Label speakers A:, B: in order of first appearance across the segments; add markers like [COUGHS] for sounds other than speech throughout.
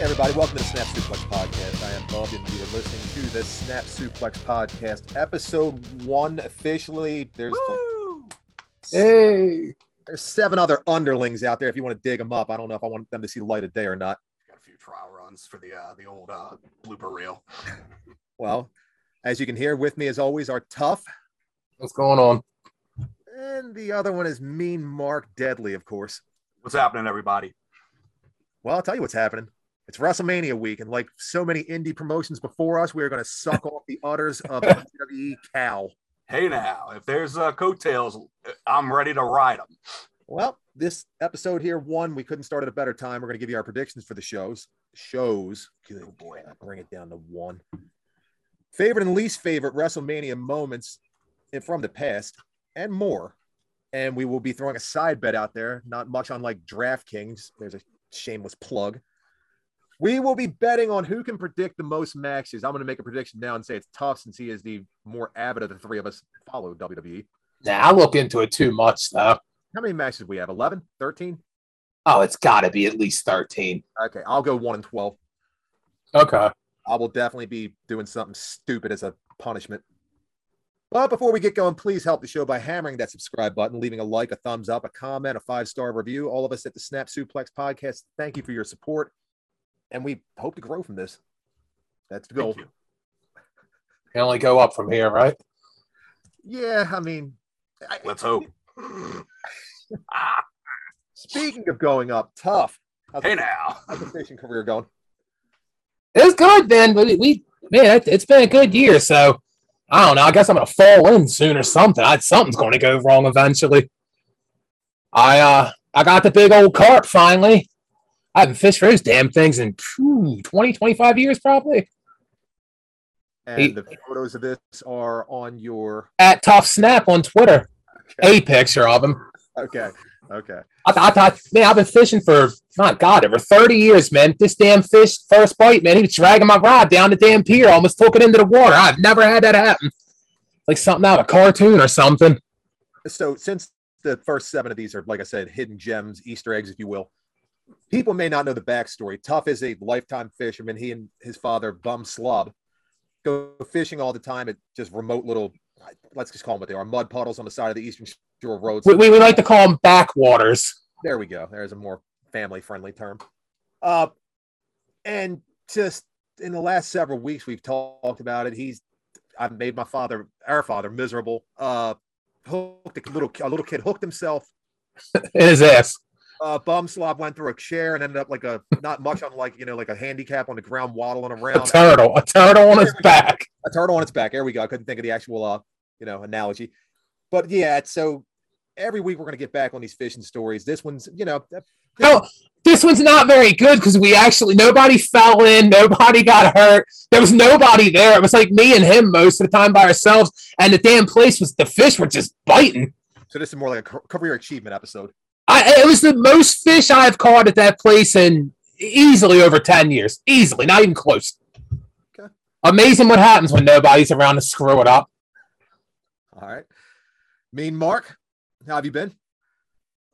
A: everybody. Welcome to the Snap Suplex Podcast. I am Bob, and you are listening to the Snap Suplex Podcast, episode one officially. There's like
B: Woo!
C: Hey,
A: there's seven other underlings out there if you want to dig them up. I don't know if I want them to see the light of day or not.
B: Got a few trial runs for the uh, the old uh, blooper reel.
A: Well, as you can hear, with me as always are Tough,
C: what's going on?
A: and the other one is Mean Mark Deadly, of course.
B: What's happening, everybody?
A: Well, I'll tell you what's happening. It's WrestleMania week, and like so many indie promotions before us, we are going to suck off the udders of E the WWE cow.
B: Hey now, if there's uh, coattails, I'm ready to ride them.
A: Well, this episode here, one, we couldn't start at a better time. We're going to give you our predictions for the shows. Shows. Good
B: Oh, boy.
A: God, Bring it down to one. Favorite and least favorite WrestleMania moments and from the past and more. And we will be throwing a side bet out there, not much unlike DraftKings. There's a shameless plug. We will be betting on who can predict the most matches. I'm going to make a prediction now and say it's tough since he is the more avid of the three of us follow WWE.
C: Nah, I look into it too much though.
A: How many matches do we have? 11, 13?
C: Oh, it's got to be at least thirteen.
A: Okay, I'll go one and twelve.
C: Okay.
A: I will definitely be doing something stupid as a punishment. But before we get going, please help the show by hammering that subscribe button, leaving a like, a thumbs up, a comment, a five star review. All of us at the Snap Suplex Podcast, thank you for your support, and we hope to grow from this. That's the goal.
B: Thank you.
C: Can only go up from here, right?
A: Yeah, I mean, I,
B: Let's hope. [LAUGHS] Ah,
A: speaking of going up, tough. How's
B: hey now.
A: how's the fishing career going?
C: It's good, man. We, we man, it, it's been a good year. So I don't know. I guess I'm gonna fall in soon or something. I, something's going to go wrong eventually. I uh, I got the big old carp finally. I haven't fished for those damn things in phew, 20, 25 years probably.
A: And the photos of this are on your.
C: At Tough Snap on Twitter, a picture of him.
A: Okay, okay.
C: I, I, I, man, I've been fishing for my God, over thirty years, man. This damn fish, first bite, man, he was dragging my rod down the damn pier, almost took it into the water. I've never had that happen. Like something out of a cartoon or something.
A: so since the first seven of these are like i said hidden gems easter eggs if you will people may not know the backstory tough is a lifetime fisherman he and his father bum slob go fishing all the time at just remote little let's just call them what they are mud puddles on the side of the eastern shore of roads
C: We, we, we like to call them backwaters.
A: there we go there's a more family friendly term uh and just in the last several weeks we've talked about it he's i've made my father our father miserable uh hooked a little a little kid hooked himself
C: In his ass.
A: uh, bum slob went through a chair and ended up like a not much on like you know like a handicap on the ground waddling
C: A [LAUGHS]
A: around
C: turtle. A turtle on his back.
A: a turtle on its back there we go i couldn't think of the actual uh you know analogy but yeah it's- so every week we're going to get back on these fishing stories this one's you know that-
C: No, this one's not very good because we actually nobody fell in, nobody got hurt. There was nobody there. It was like me and him most of the time by ourselves, and the damn place was the fish were just biting.
A: so this is more like a ca- career achievement episode
C: I, it was the most fish I've caught at that place in easily over 10 years. Easily, not even close.
A: Okay.
C: Amazing what happens when nobody's around to screw it up.
A: all right mean mark how have you been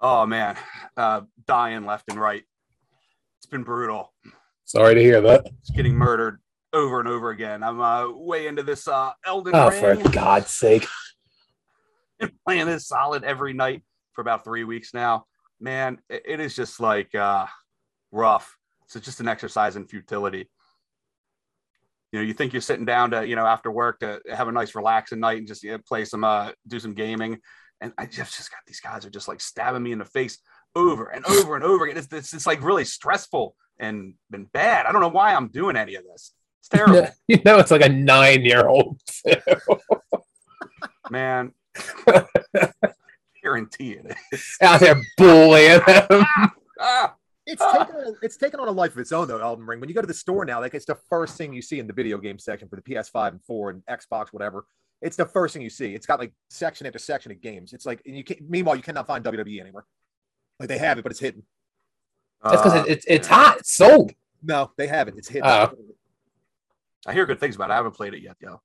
B: Oh man, uh, dying left and right. It's been brutal.
C: Sorry to hear that.
B: It's getting murdered over and over again. I'm uh, way into this uh, Elden
C: Oh, for
B: Ring.
C: God's sake.
B: been playing this solid every night for about three weeks now. Man, it, it is just like uh, rough. So it's just an exercise in futility. You know, you think you're sitting down to, you know, after work to have a nice relaxing night and just you know, play some, uh, do some gaming. And I just, just got these guys are just like stabbing me in the face over and over and over again. It's, it's, it's like really stressful and been bad. I don't know why I'm doing any of this. It's terrible,
C: [LAUGHS] You know, it's like a nine year old. [LAUGHS]
B: man. Guarantee it.
C: out there bullying them.
B: [LAUGHS] Ah!
A: it's taken on, it's taken on a life of its own though elden ring when you go to the store now like it's the first thing you see in the video game section for the ps5 and 4 and xbox whatever it's the first thing you see it's got like section after section of games it's like and you can meanwhile you cannot find wwe anywhere like they have it but it's hidden
C: [LAUGHS] That's because
B: Uh,
C: it, it's it's hot. It's sold.
A: no they have it it's hidden
C: Oh.
B: I hear good things about it. I haven't played it yet, though.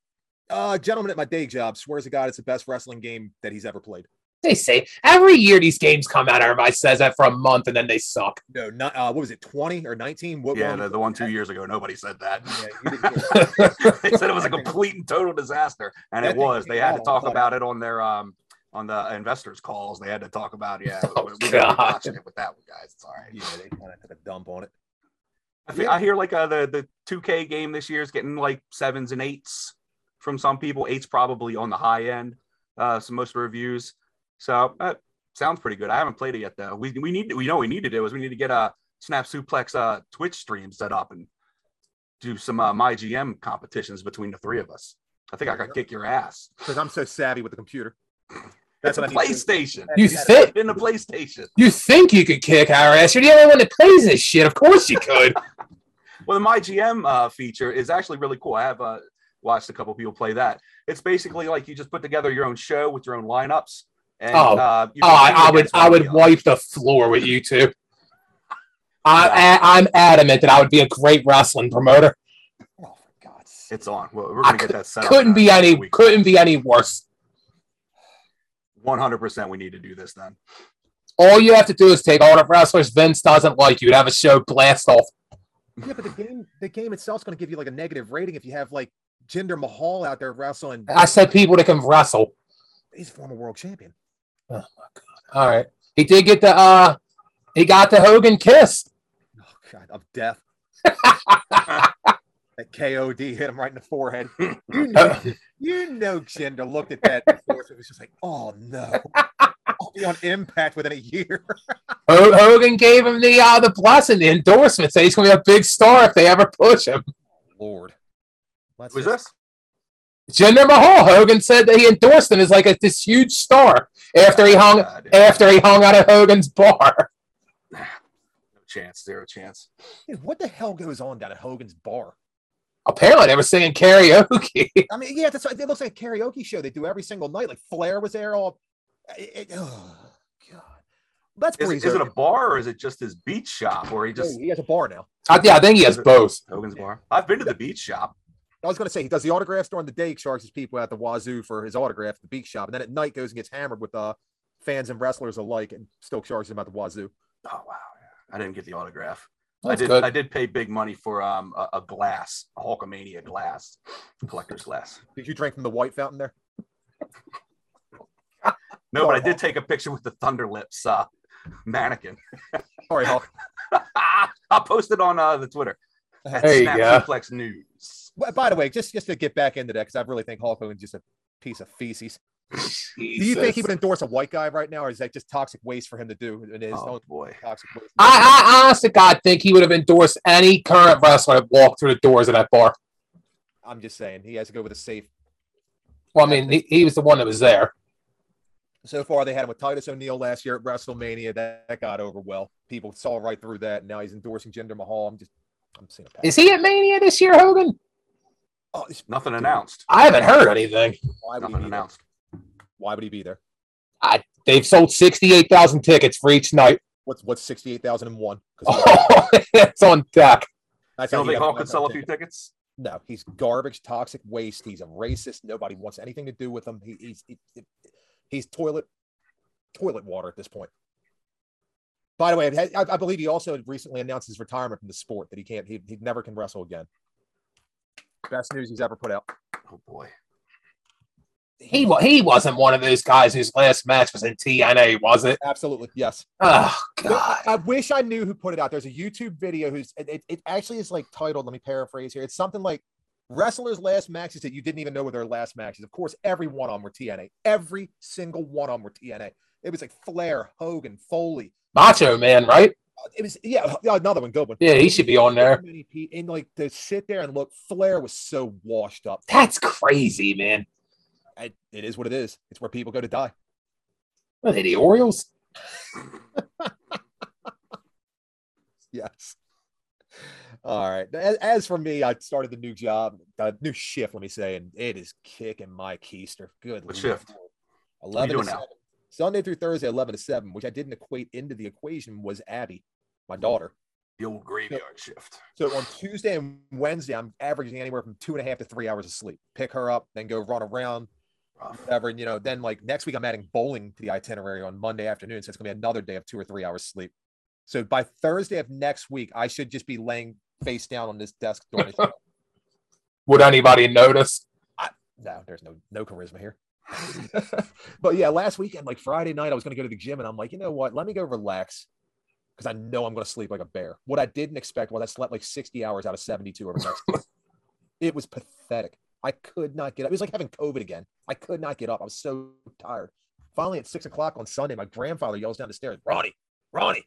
A: uh gentleman at my day job swears to god it's the best wrestling game that he's ever played
C: They say every year these games come out. Everybody says that for a month and then they suck.
A: No, not uh, what was it, 20 or 19? What
B: yeah,
A: one?
B: the, the one two years ago, nobody said that.
A: Yeah, you
B: [LAUGHS]
A: didn't get it.
B: they said it was a complete and total disaster, and it
A: That thing
B: was. They had to
A: came
B: talk
A: out.
B: about it on their um on the investors calls. They had to talk about
A: [LAUGHS]
B: yeah.
C: Oh,
B: we- we gotta be
C: God.
B: watching it with that one, guys. It's all right.
A: yeah, they kind of took a dump on it.
B: I, fe- I hear like uh, the the two K game this year is getting like sevens and eights from some people. Eights probably on the high end. Uh, so most reviews. So uh, sounds pretty good. I haven't played it yet though. We we need to, we know what we need to do is we need to get a Snap Suplex uh, Twitch stream set up and do some uh, my GM competitions between the three of us. I think I could kick your ass.
A: Because I'm so savvy with the computer.
B: That's a
A: what I need to do.
B: PlayStation.
C: You think
B: In the PlayStation.
C: you think you could kick our ass? You're the only one that plays this shit. Of course you could.
B: Well, the My GM uh, feature is actually really cool. I have uh, watched a couple people play that. It's basically like you just put together your own show with your own lineups. And,
C: Oh.
B: uh, you compete
C: Oh, I, I would
B: against one
C: I would
B: another.
C: wipe the floor with you two. I, I, I'm adamant that I would be a great wrestling promoter.
A: Oh, for God's sake.
B: It's on. Well, we're
C: I
B: gonna get that set up.
C: Couldn't be any
B: week.
C: couldn't be any worse.
B: 100%. We need to do this then.
C: All you have to do is take all the wrestlers Vince doesn't like. You'd have a show blast off.
A: Yeah, but the game, the game itself's going to give you like a negative rating if you have like Jinder Mahal out there wrestling.
C: I said people that can wrestle.
A: He's a former world champion.
C: All right. He did get the uh he got the Hogan kiss.
A: Oh God, of death. that KOD hit him right in the forehead. You know, you know, Jinder looked at that. before, so It was just like, oh no, I'll be on impact within a year. [LAUGHS]
C: Ho- Hogan gave him the uh the blessing, the endorsement, said he's gonna be a big star if they ever push him.
A: Lord, Let's
B: Who's
A: just-
B: this?
C: Jinder Mahal, Hogan said that he endorsed him as like a, this huge star after he hung
B: God, yeah.
C: after he hung out at Hogan's bar.
B: No chance. Zero chance.
A: Dude, what the hell goes on down at Hogan's bar?
C: Apparently they were singing karaoke.
A: I mean, yeah, that's it looks like a karaoke show they do every single night. Like Flair was there. All, it, it- oh God, let's
B: Is,
A: breeze
B: is it a
A: over.
B: bar or is it just his beach shop where he just
A: he has a bar now.
C: I, yeah, I think he has both.
B: Hogan's bar? I've been to the beach shop.
A: I was going to say he does the autographs during the day, he charges people at the wazoo for his autograph at the beak shop, and then at night goes and gets hammered with uh, fans and wrestlers alike, and still charges them at the wazoo.
B: Oh wow. I didn't get the autograph. I
C: That's
B: did.
C: good.
B: I did pay big money for um a, a glass, a Hulkamania glass, collector's glass.
A: Did you drink from the white fountain there?
B: No, but I
C: Oh.
B: did take a picture with the Thunder Lips uh, mannequin. [LAUGHS]
A: Sorry, Hulk.
B: I'll post it on uh, the Twitter at
C: There you
B: Snap
C: go.
B: Suplex News.
A: By- By the way, just just to get back into that, because I really think Hulk Hogan's just a piece of feces. Do you
B: Oh,
A: think he would endorse a white guy right now, or is that just toxic waste for him to do? It is
B: Oh
A: only
B: boy,
A: toxic waste.
C: I, I honest to God think he would have endorsed any current wrestler that walked through the doors of that bar.
A: I'm just saying he has to go with a safe.
C: Well, I mean, he, he was the one that was there.
A: So far, they had him with Titus O'Neil last year at WrestleMania. That, that got over well. People saw right through that. And now he's endorsing Jinder Mahal. I'm just, I'm seeing. a pattern.
C: Is he at Mania this year, Hogan?
A: Oh, it's-
B: nothing announced.
C: I haven't heard anything.
A: Why would he
B: Nothing
A: be there?
B: announced.
A: Why would he be there?
C: They've sold 68,000 tickets for each night. [LAUGHS]
A: What's what's sixty eight thousand and one?
C: it's on deck.
A: That's
B: Oh, You don't think
A: how you gotta
B: Hulk
A: buy
B: could sell a few
A: tickets.
B: tickets?
A: No, he's garbage, toxic waste. He's a racist. Nobody wants anything to do with him. He, he's he- he- he's toilet toilet water at this point. By the way, I, I believe he also recently announced his retirement from the sport that he can't he, he never can wrestle again. Best news he's ever put out.
B: Oh boy,
C: He, wa- he wasn't one of those guys whose last match was in TNA, was it?
A: Absolutely, yes.
C: Oh, God.
A: I wish I knew who put it out. There's a YouTube video who's it, it, it actually is like titled. Let me paraphrase here. It's something like wrestlers' last matches that you didn't even know were their last matches. Of course, every one of them were TNA. Every single one of them were TNA. It was like Flair, Hogan, Foley.
C: Macho Man, right?
A: Uh, It was yeah, yeah, another one, good one.
C: Yeah, he should be on there.
A: Many pe- And like to sit there and look, Flair was so washed up.
C: That's crazy, man.
A: It- it is what it is. It's where people go to die.
C: What are they, the Orioles?
A: [LAUGHS] Yes. All right. As, as for me, I started the new job, uh, new shift, let me say, and it is kicking my keister. Good.
B: What
A: Lord.
B: shift?
A: 11
B: doing
A: to
B: now?
A: 7. Sunday through Thursday, 11 to 7, which I didn't equate into the equation, was Abby, my daughter.
B: the old graveyard shift.
A: So on Tuesday and Wednesday, I'm averaging anywhere from two and a half to three hours of sleep. Pick her up, then go run around,
B: rough.
A: whatever. And you know, then like next week I'm adding bowling to the itinerary on Monday afternoon, so it's gonna be another day of two or three hours sleep. So by Thursday of next week, I should just be laying face down on this desk doing it.
C: Would anybody notice?
A: no, there's no no charisma here. [LAUGHS] but yeah, last weekend, like Friday night, I was gonna go to the gym and I'm like, you know what? Let me go relax because I know I'm gonna sleep like a bear. What I didn't expect was I slept like 60 hours out of 72 over the next. day. it was pathetic. I could not get up. It was like having COVID again. I could not get up. I was so tired. Finally, at six o'clock on Sunday, my grandfather yells down the stairs, Ronnie, Ronnie,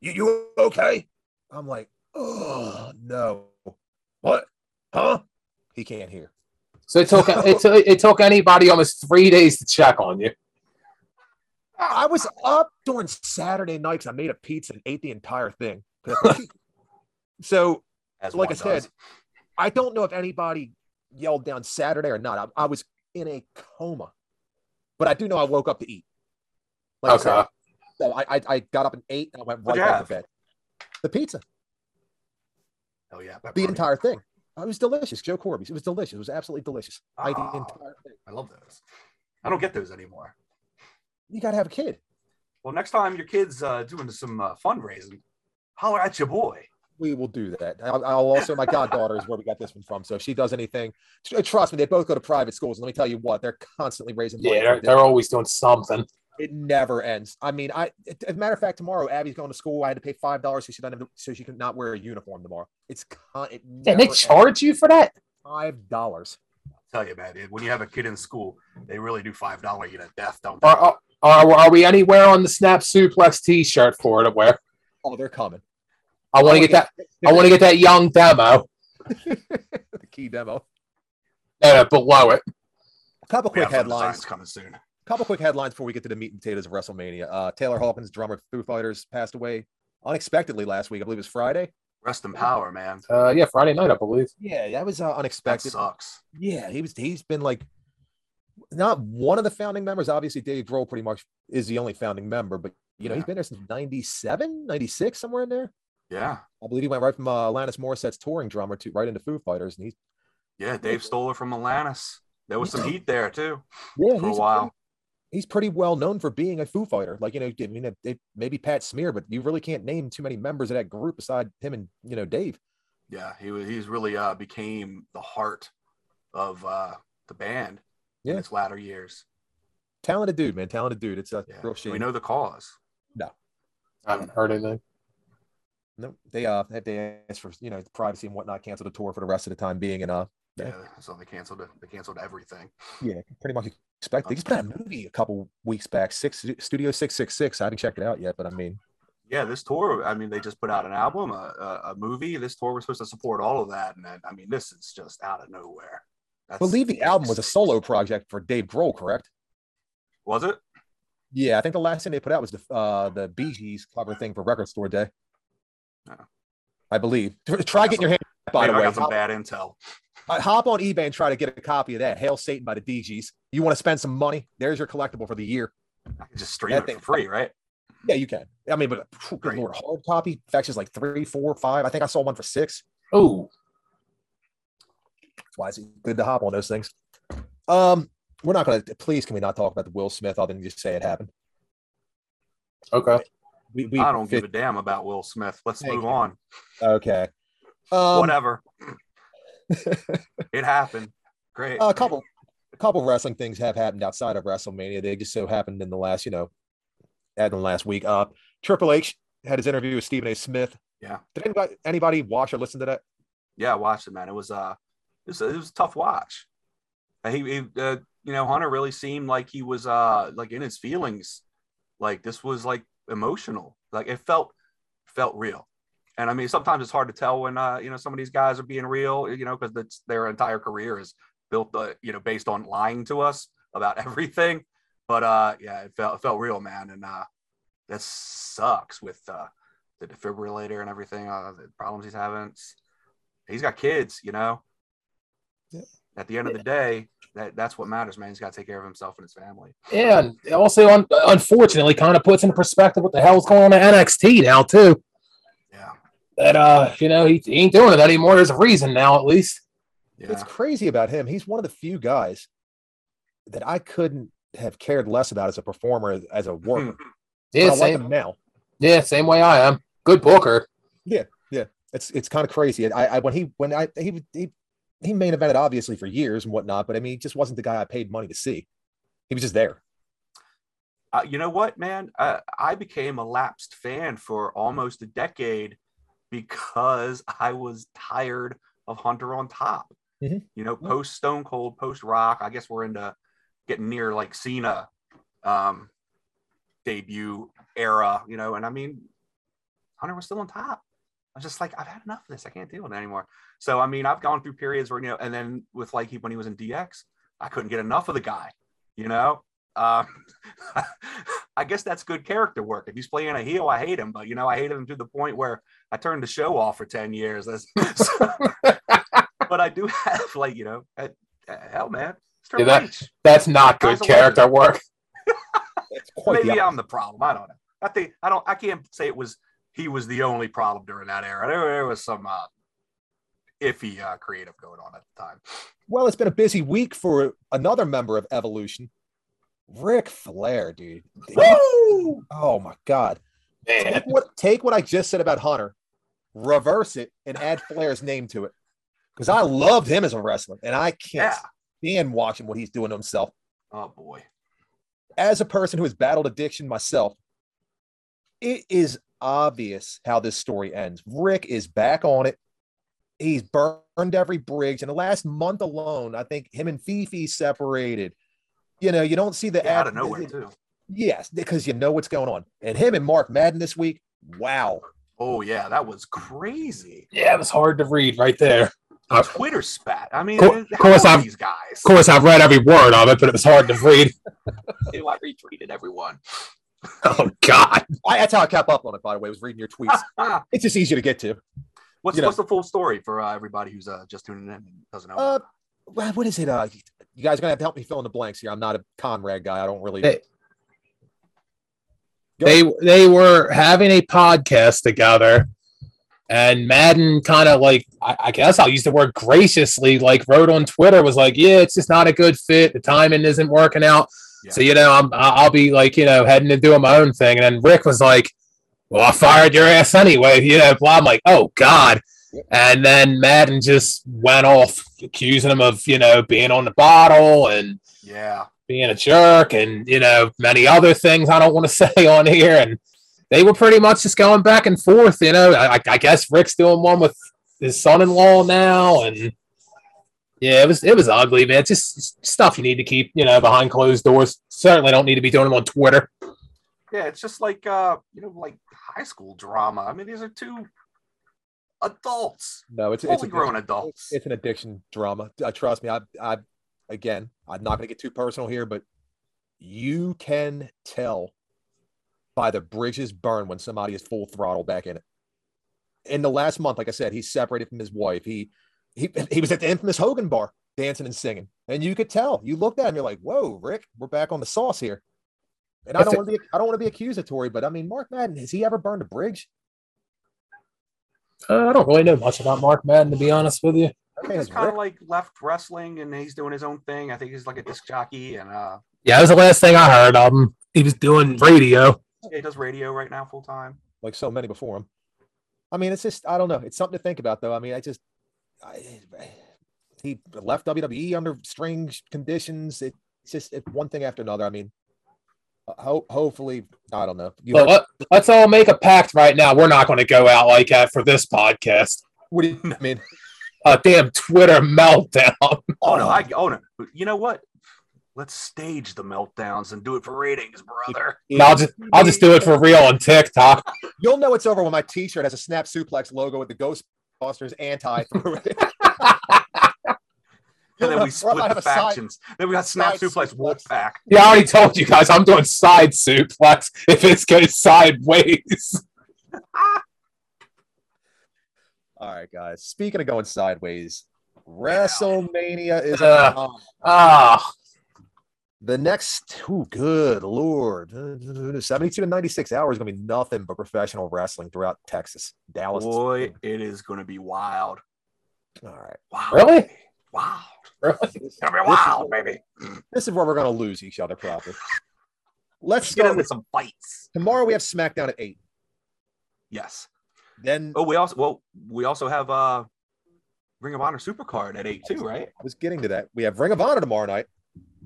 A: you, you okay? I'm like, oh no. What? Huh? He can't hear.
C: So it took it took it took anybody almost three days to check on you.
A: I was up during Saturday night 'cause I made a pizza and ate the entire thing. 'Cause- so
B: As
A: like I
B: one
A: said,
B: does.
A: I don't know if anybody yelled down Saturday or not. I, I was in a coma, but I do know I woke up to eat. Like I said,
C: Okay.
A: So I, I, I got up and ate and I went right
B: What'd you
A: back
B: have?
A: to bed. The pizza,
B: oh yeah,
A: the
B: pepperoni.
A: entire thing. It was delicious. Joe Corby's. It was delicious. It was absolutely delicious. I ate the
B: Oh,
A: entire thing.
B: I love those. I don't get those anymore.
A: You got to have a kid.
B: Well, next time your kid's uh, doing some uh, fundraising, holler at your boy.
A: We will do that. I'll, I'll also, my goddaughter is where we got this one from. So if she does anything, tr- trust me, they both go to private schools. And let me tell you what, they're constantly raising money.
C: Yeah,
A: for
C: they're,
A: this.
C: they're always doing something.
A: It never ends. I mean, I as a matter of fact, tomorrow Abby's going to school. I had to pay five dollars so she doesn't have to, so she could not wear a uniform tomorrow. It's con. It
C: And they
A: never
C: charge you for that?
A: ends. five dollars.
B: I'll tell you, man, when you have a kid in school, they really do five dollar you to death, don't they?
C: Are, are, are are we anywhere on the Snap Suplex T-shirt for it to wear?
A: Oh, they're coming.
C: I want to get that. I want to get that young demo.
A: the key demo.
C: No, no, below it.
A: A couple
B: We
A: quick
B: have some
A: headlines.
B: designs coming soon.
A: couple quick headlines before we get to the meat and potatoes of WrestleMania. Uh, Taylor Hawkins, drummer of Foo Fighters, passed away unexpectedly last week. I believe it was Friday.
B: Rest in power, man.
C: Uh, yeah, Friday night, I believe.
A: Yeah, that was uh,
B: That
A: unexpected.
B: sucks.
A: Yeah, he was. He's been like not one of the founding members. Obviously, Dave Grohl pretty much is the only founding member, but you know he's
B: Yeah.
A: been there since 97, 96, somewhere in there.
B: Yeah,
A: I believe he went right from uh, Alanis Morissette's touring drummer to right into Foo Fighters, and he's
B: yeah. Dave stole it from Alanis. There was some
A: Yeah.
B: heat there too
A: yeah
B: for a
A: he's
B: while.
A: he's pretty well known for being a Foo Fighter. Like you know, I mean, it, it, maybe Pat Smear, but you really can't name too many members of that group aside him and you know Dave.
B: Yeah, he was. He's really uh, became the heart of uh, the band in
A: Yeah.
B: its latter years.
A: Talented dude, man, talented dude. It's a
B: Yeah,
A: real
B: we
A: shame.
B: know the cause.
C: I haven't heard anything.
A: no, they uh had they asked for you know privacy and whatnot, canceled the tour for the rest of the time being, and uh
B: Yeah,
A: Yeah.
B: so they canceled it. They canceled everything.
A: Yeah, pretty much expect. They just put out a movie a couple weeks back, six Studio Six Six Six. I haven't checked it out yet, but I mean,
B: Yeah, this tour. I mean, they just put out an album, a, a, a movie. This tour was supposed to support all of that, and then, I mean, this is just out of nowhere. That's,
A: I believe the album was a solo project for Dave Grohl, correct?
B: Was it?
A: Yeah, I think the last thing they put out was the uh, the Bee Gees cover thing for Record Store Day.
B: Oh.
A: I believe. Tr- Try
B: got
A: getting your hand. By
B: Maybe
A: the way,
B: I got some
A: hop,
B: bad intel.
A: uh, hop on eBay and try to get a copy of that. Hail Satan by the DGs. You want to spend some money? There's your collectible for the year.
B: I could just stream
A: That
B: it
A: thing-
B: for free, right?
A: Yeah, you can. I mean, but phew, good
B: Great.
A: lord, hard copy fetches like three, four, five. I think I saw one for six.
C: Oh,
A: That's why it's good to hop on those things. Um, we're not gonna please can we not talk about the Will Smith other than just say it happened.
C: okay.
A: We, we
B: I don't give a damn about Will Smith. Let's
A: Thank
B: move
A: you.
B: on.
A: okay. Um, [LAUGHS]
B: Whatever. it happened. Great.
A: Uh, a couple a couple wrestling things have happened outside of WrestleMania. They just so happened in the last, you know, at the last week. Uh Triple H had his interview with Stephen A. Smith.
B: Yeah.
A: Did anybody anybody watch or listen to that?
B: Yeah, I watched it, man. It was uh, it was, it was a tough watch. And He, he uh, you know, Hunter really seemed like he was uh, like in his feelings. Like this was like emotional. Like it felt felt real. And I mean, sometimes it's hard to tell when uh, you know some of these guys are being real, you know, because that's their entire career is built, uh, you know, based on lying to us about [LAUGHS] everything. But uh, yeah, it felt it felt real, man. And uh, that sucks with uh, the defibrillator and everything, uh, the problems he's having. It's- he's got kids, you know.
A: Yeah.
B: At the end of the day, that that's what matters, man. He's got to take care of himself and his family.
C: Yeah, and it also un- unfortunately kind of puts into perspective what the hell's going on at NXT now too.
B: Yeah,
C: That uh, you know, he, he ain't doing it anymore. There's a reason now, at least.
B: yeah.
A: It's crazy about him. He's one of the few guys that I couldn't have cared less about as a performer, as, as a worker.
B: Hmm.
A: But
C: Yeah,
A: I like
C: same,
A: him now.
C: yeah, same way I am. Good booker.
A: It's it's kind of crazy. I, I when he when I he he he main evented obviously for years and whatnot, but I mean he just wasn't the guy I paid money to see. He was just there.
B: uh, you know what, man? Uh, I became a lapsed fan for almost a decade because [LAUGHS] I was tired of Hunter on top.
A: Mhm.
B: You know, post Stone Cold, post Rock. I guess we're into getting near like Cena um, debut era. You know, and I mean, Hunter was still on top. I was just like, I've had enough of this. I can't deal with it anymore. So I mean, I've gone through periods where you know, and then with like when he was in DX, I couldn't get enough of the guy. You know. Um, [LAUGHS] I guess that's good character work. If he's playing a heel, I hate him, but you know, I hate him to the point where I turned the show off for 10 years. That's, [LAUGHS] but I do have, like, you know, uh, uh, hell, man. It's Triple
C: that-
B: H.
C: That's not good
B: Guy's a
C: character work.
A: It's quite
B: Maybe um,
A: the
B: I'm the problem. I don't know. I think I don't, I can't say it was he was the only problem during that era. There, there was some uh, iffy uh, creative going on at the time.
A: Well, it's been a busy week for another member of Evolution, Ric Flair, dude. Woo! Oh my God!
C: Man,
A: Take what, take what I just said about Hunter, reverse it, and add Flair's name to it, because I loved him as a wrestler, and I can't
B: Yeah.
A: stand watching what he's doing to himself.
B: Oh, boy.
A: As a person who has battled addiction myself, it is obvious how this story ends. Rick is back on it. He's burned every bridge. In the last month alone, I think him and Fifi separated. You know, you don't see the
B: Yeah,
A: ad-
B: out of nowhere, too.
A: Yes, because you know what's going on. And him and Mark Madden this week. Wow.
B: Oh, yeah. That was crazy.
C: yeah, it was hard to read right there. Uh, of
B: Twitter spat. I mean,
C: Co-
B: how
C: course
B: are
C: I'm-
B: these guys.
C: course, I've read every word of it, but it was hard to read.
B: do I retweeted everyone?
C: Oh God,
A: I, that's how I kept up on it, by the way, was reading your tweets.
B: [LAUGHS]
C: Ah.
B: what's
A: it's just easier to get to.
B: what's
A: You know.
B: the full story for uh, everybody who's uh, just tuning in and doesn't know?
A: Uh, well, what is it? Uh, you guys are going to have to help me fill in the blanks here. I'm not a Conrad guy. I don't really.
C: Hey. they they were having a podcast together, and Madden kind of like I, I guess I'll use the word graciously like wrote on Twitter was like, yeah, it's just not a good fit. The timing isn't working out.
B: Yeah.
C: So you know, I'm I- I'll be like you know heading and doing my own thing, and then Rick was like, well, I fired your ass anyway. [LAUGHS] You know, blah. I'm like, oh God. And then Madden just went off accusing him of, you know, being on the bottle and
B: yeah,
C: being a jerk and you know many other things i don't want to [LAUGHS] say on here and they were pretty much just going back and forth you know i, I guess rick's doing one with his son-in-law now and yeah it was it was ugly man It's just stuff you need to keep you know behind closed doors certainly don't need to be doing them on twitter
B: yeah. It's just like uh, you know, like high school drama. I mean, these are two adults,
A: No, it's, it's
B: fully
A: a
B: grown
A: It's,
B: adults.
A: it's an addiction drama. Uh, trust me. I, I, again, I'm not going to get too personal here, but you can tell by the bridges burn when somebody is full throttle back in it. In the last month, like I said, he's separated from his wife. He, he, he was at the infamous Hogan bar dancing and singing, and you could tell. You looked at him, you're like, "Whoa, Rick, we're back on the sauce here." And I
C: That's
A: don't want
C: it.
A: to be, I don't want to be accusatory, but I mean, Mark Madden, has he ever burned a bridge?
C: uh, i don't really know much about mark madden to be honest with you
B: I
A: Okay,
B: think he's
A: it's
B: kind of
A: Rick.
B: like left wrestling, and he's doing his own thing. I think he's like a disc jockey, and uh,
C: yeah that was the last thing i heard of him he was doing radio
B: he does radio right now full time.
A: like so many before him. I mean, it's just I don't know. It's something to think about, though. I mean, I just I, he left WWE under strange conditions. It, it's just it, one thing after another. I mean, uh, ho- hopefully, I don't know. You
C: but let, let's all make a pact right now we're not going to go out like that for this podcast
A: what do you mean?
C: a damn Twitter meltdown. [LAUGHS]
B: Oh no, I oh no. You know what? Let's stage the meltdowns and do it for ratings, brother.
C: And I'll just I'll just do it for real on TikTok.
A: You'll know it's over when my T-shirt has a snap suplex logo with the Ghostbusters anti through it. You'll
B: [LAUGHS] And
A: [LAUGHS]
B: then
A: know-
B: we
A: or I might
B: split
A: have
B: the
A: a side-
B: factions. Then we got Snap
A: side
B: Suplex
A: suplex.
B: Wolfpack.
C: Yeah, I already told you guys I'm doing side suplex if this goes sideways. [LAUGHS]
A: All right, guys. Speaking of going sideways, WrestleMania is
C: Uh.
A: upon us.
C: Ah,
A: The next, oh, good lord, 72 to 96 hours is going to be nothing but professional wrestling throughout Texas, Dallas.
B: Boy, it is going to be wild.
A: All right.
B: Wow.
C: Really?
B: Wow. It's gonna be wild, baby.
A: [LAUGHS] This is where we're going to lose each other, probably. Let's
B: Get
A: start
B: into
A: with
B: some fights.
A: tomorrow. We have SmackDown at eight.
B: Yes.
A: Then
B: Oh, we also well, we also have uh Ring of Honor Supercard at eight too, right?
A: I was getting to that. We have Ring of Honor tomorrow night.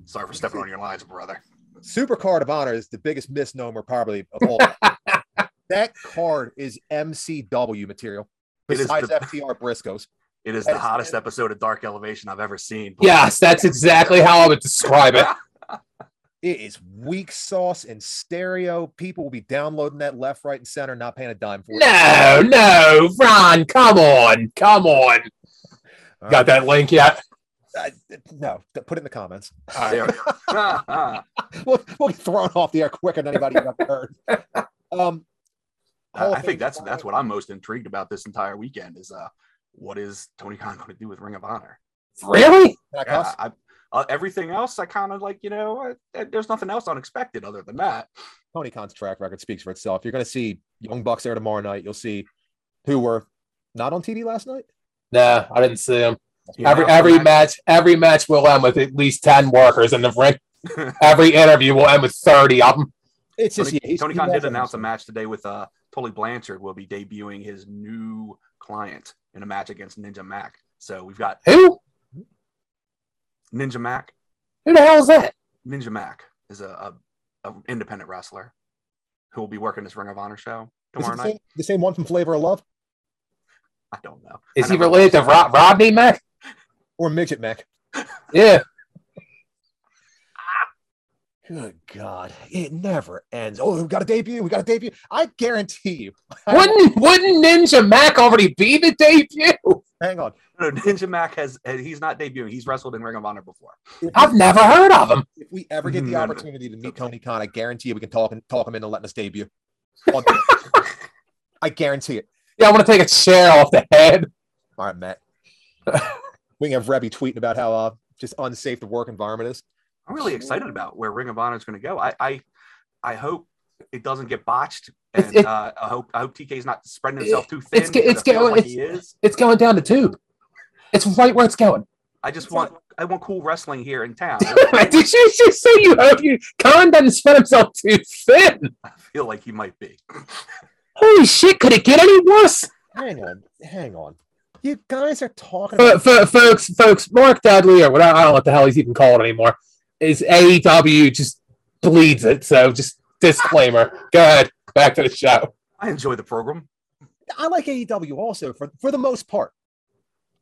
B: Sorry for stepping on your lines, brother.
A: Super Card of Honor is the biggest misnomer probably
B: [LAUGHS]
A: of all. that card is MCW material.
B: It is
A: Besides
B: the-
A: FTR Briscoes,
B: It is the
A: That's-
B: hottest episode of Dark Elevation I've ever seen. [LAUGHS]
C: Yes, that's exactly how I would describe it.
A: it is weak sauce and stereo. People will be downloading that left, right, and center, not paying a dime for it.
C: No, no, Ron, come on, come on.
A: All
C: Got that link yet?
A: right. Uh, no, th- put it in the comments. [LAUGHS]
B: There [LAUGHS] we go.
A: We'll, we'll be thrown off the air quicker than anybody ever heard. [LAUGHS] Um, Hall
B: I
A: of
B: I think
A: Fame
B: that's
A: tomorrow
B: that's
A: night.
B: what I'm most intrigued about this entire weekend is uh what is Tony Khan going to do with Ring of Honor?
C: Really?
A: Can I cuss?
B: Yeah, I, uh, everything else, I kind of like you know, I, there's nothing else unexpected other than that.
A: Tony Khan's track record speaks for itself. You're going to see Young Bucks there tomorrow night. You'll see who were not on TV last night.
C: No, I didn't see him.
B: You
C: Every
B: know,
C: every
B: Matt-
C: match, every match will end with at least ten workers in the
B: [LAUGHS]
C: ring. every interview will end with thirty of them.
A: It's just
B: Tony,
A: yeah, he's-
B: Tony
A: he
B: Khan
A: loves
B: did
A: it.
B: announce a match today with uh Tully Blanchard will be debuting his new client in a match against Ninja Mac. So we've got
C: Who?
B: Ninja Mac.
C: Who the hell is that?
B: Ninja Mac is a, a, a independent wrestler who will be working this Ring of Honor show
A: Is it
B: tomorrow
A: the
B: night.
A: same, the same one from Flavor of Love
B: I don't know.
C: Is
B: I
C: he
B: never-
C: related to Ro- Rodney Mac?
A: or Midget Mac?
C: [LAUGHS] Yeah.
A: Good God, it never ends. Oh, we got a debut. We got a debut. I guarantee you. [LAUGHS]
C: Wouldn't wouldn't Ninja Mac already be the debut?
A: Hang on.
B: [LAUGHS] No, Ninja Mac has he's not debuting. He's wrestled in Ring of Honor before.
A: If,
C: I've never heard of him.
A: if we ever get the
B: No, no.
A: opportunity to meet
B: Okay.
A: Tony Khan, I guarantee you we can talk and talk him into letting us debut. On- I guarantee it.
C: Yeah, I want to take a chair off the head.
A: All right, Matt. we can have Rebby tweeting about how uh, just unsafe the work environment is.
B: I'm really excited about where Ring of Honor is going to go. I, I I hope it doesn't get botched, and
C: it-
B: uh, I hope I hope TK's not spreading himself too thin.
C: it's ge-
B: because
C: it's
B: I feel
C: going-
B: like he is.
C: It's going down the tube. It's right where it's going.
B: I just want I want cool wrestling here in town.
C: [LAUGHS] Did you
B: I
C: just say you hope you Khan doesn't spread himself too thin?
B: feel like he might be.
C: Holy shit, could it get any worse?
A: Hang on. Hang on. You guys are talking
C: Fo-
A: about
C: fo- folks, folks, Mark Dudley or whatever, I don't know what the hell he's even called anymore, is AEW just bleeds it. So just disclaimer. Go ahead. Back to the show.
B: I enjoy the program.
A: I like AEW also for, for the most part.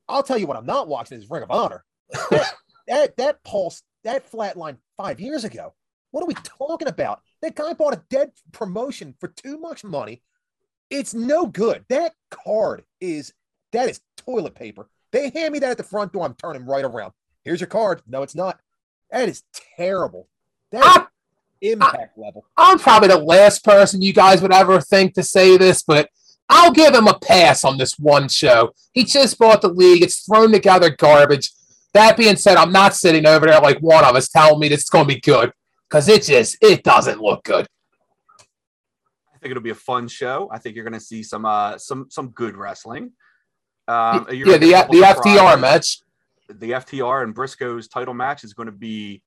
A: I'll tell you what I'm not watching is Ring of Honor. That, that that pulse that flatline five years ago. What are we talking about? That guy bought a dead promotion for too much money. It's no good. That card is that is toilet paper. They hand me that at the front door. I'm turning right around. Here's your card. No, it's not. That is terrible. That is impact level.
C: I'm probably the last person you guys would ever think to say this, but I'll give him a pass on this one show. He just bought the league. It's thrown together garbage. That being said, I'm not sitting over there like one of us telling me this is going to be good because it just it doesn't look good.
B: I think it'll be a fun show. I think you're going to see some uh some some good wrestling. Um, you're
C: yeah,
B: gonna get a couple
C: the the FDR
B: surprises.
C: match.
B: the FTR and Briscoe's title match is going to be,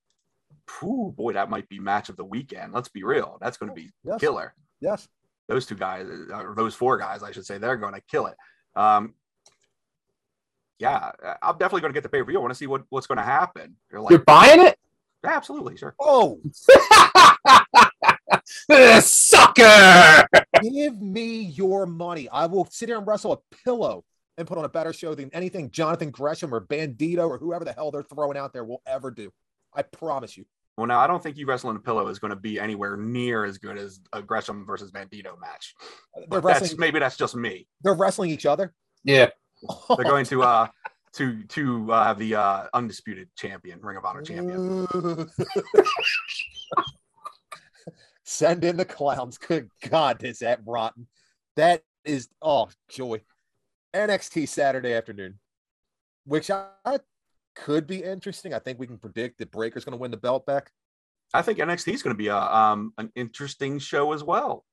B: phew, boy, that might be match of the weekend. Let's be real. That's going to be
A: Yes.
B: killer.
A: Yes.
B: Those two guys, uh, or those four guys, I should say, they're going to kill it. Um, yeah, I- I'm definitely going to get the pay per view. I want to see what, what's going to happen. You're like,
C: You're buying it? [LAUGHS]
B: "Yeah, absolutely, sure.
A: Oh,
C: Sucker!
A: Give me your money. I will sit here and wrestle a pillow and put on a better show than anything Jonathan Gresham or Bandito or whoever the hell they're throwing out there will ever do. I promise you.
B: Well, now I don't think you wrestling a pillow is going to be anywhere near as good as a Gresham versus Bandito match.
A: They're
B: But that's
A: wrestling.
B: maybe that's just
C: [LAUGHS]
B: me.
A: They're wrestling each other.
C: Yeah,
B: They're
A: [LAUGHS]
B: going to uh to to uh, have the uh, undisputed champion, Ring of Honor champion.
C: Mm.
A: [LAUGHS] Send in the clowns. Good God, is that rotten? That is oh joy. NXT Saturday afternoon, which I, I could be interesting. I think we can predict that Breaker's going to win the belt back.
B: I think NXT is going to be a um, an interesting show as well.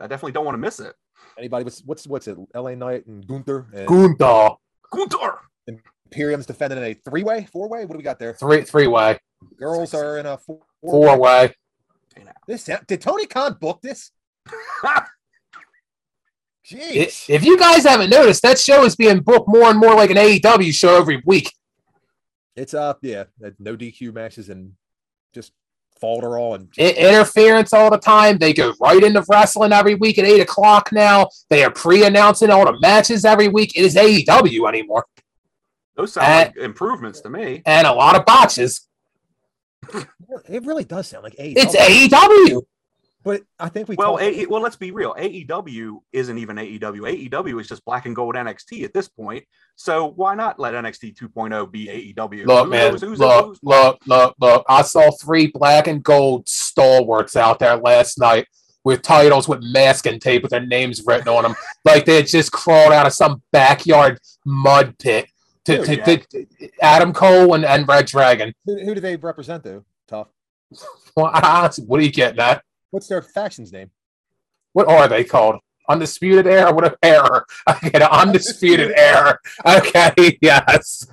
B: I definitely don't want to miss it.
A: anybody what's what's what's it LA Knight and Gunther and,
C: Gunther.
B: Gunther.
A: and Imperium's defending in a three-way, four-way. What do we got there?
C: Three three way,
A: Girls are in a four.
C: four way.
A: This did Tony Khan book this? [LAUGHS] Jeez,
C: If if you guys haven't noticed, that show is being booked more and more like an AEW show every week.
A: it's up. Yeah, that no DQ matches and just falter all and
C: I- interference all the time. They go right into wrestling every week at eight o'clock now. They are pre-announcing all the matches every week. It is AEW anymore,
B: Those
C: Eh.
B: sound like improvements to me.
C: and a lot of botches.
A: it really does sound like AEW.
C: It's E AEW.
A: but I think we
B: Well,
A: talked-
B: AE, well, let's be real. AEW isn't even E AEW. AEW is just black and gold NXT at this point. So why not let NXT 2.0 be AEW?
C: Look,
B: Who
C: man,
B: knows who's-
C: look,
B: who's-
C: look, look, look. I saw three black and gold stalwarts out there last night with titles with masking tape with their names written on
B: [LAUGHS]
C: them, like they had just crawled out of some backyard mud pit. To,
B: Dude,
C: to,
B: yeah.
C: to- Adam Cole and, and Red Dragon. [LAUGHS]
A: who, who do they represent though? Tough.
C: Well, honestly, what are you getting at?
A: What's their faction's name?
C: What are they called? Undisputed error? What an error. [LAUGHS] Okay, the undisputed error. Okay, [LAUGHS] yes.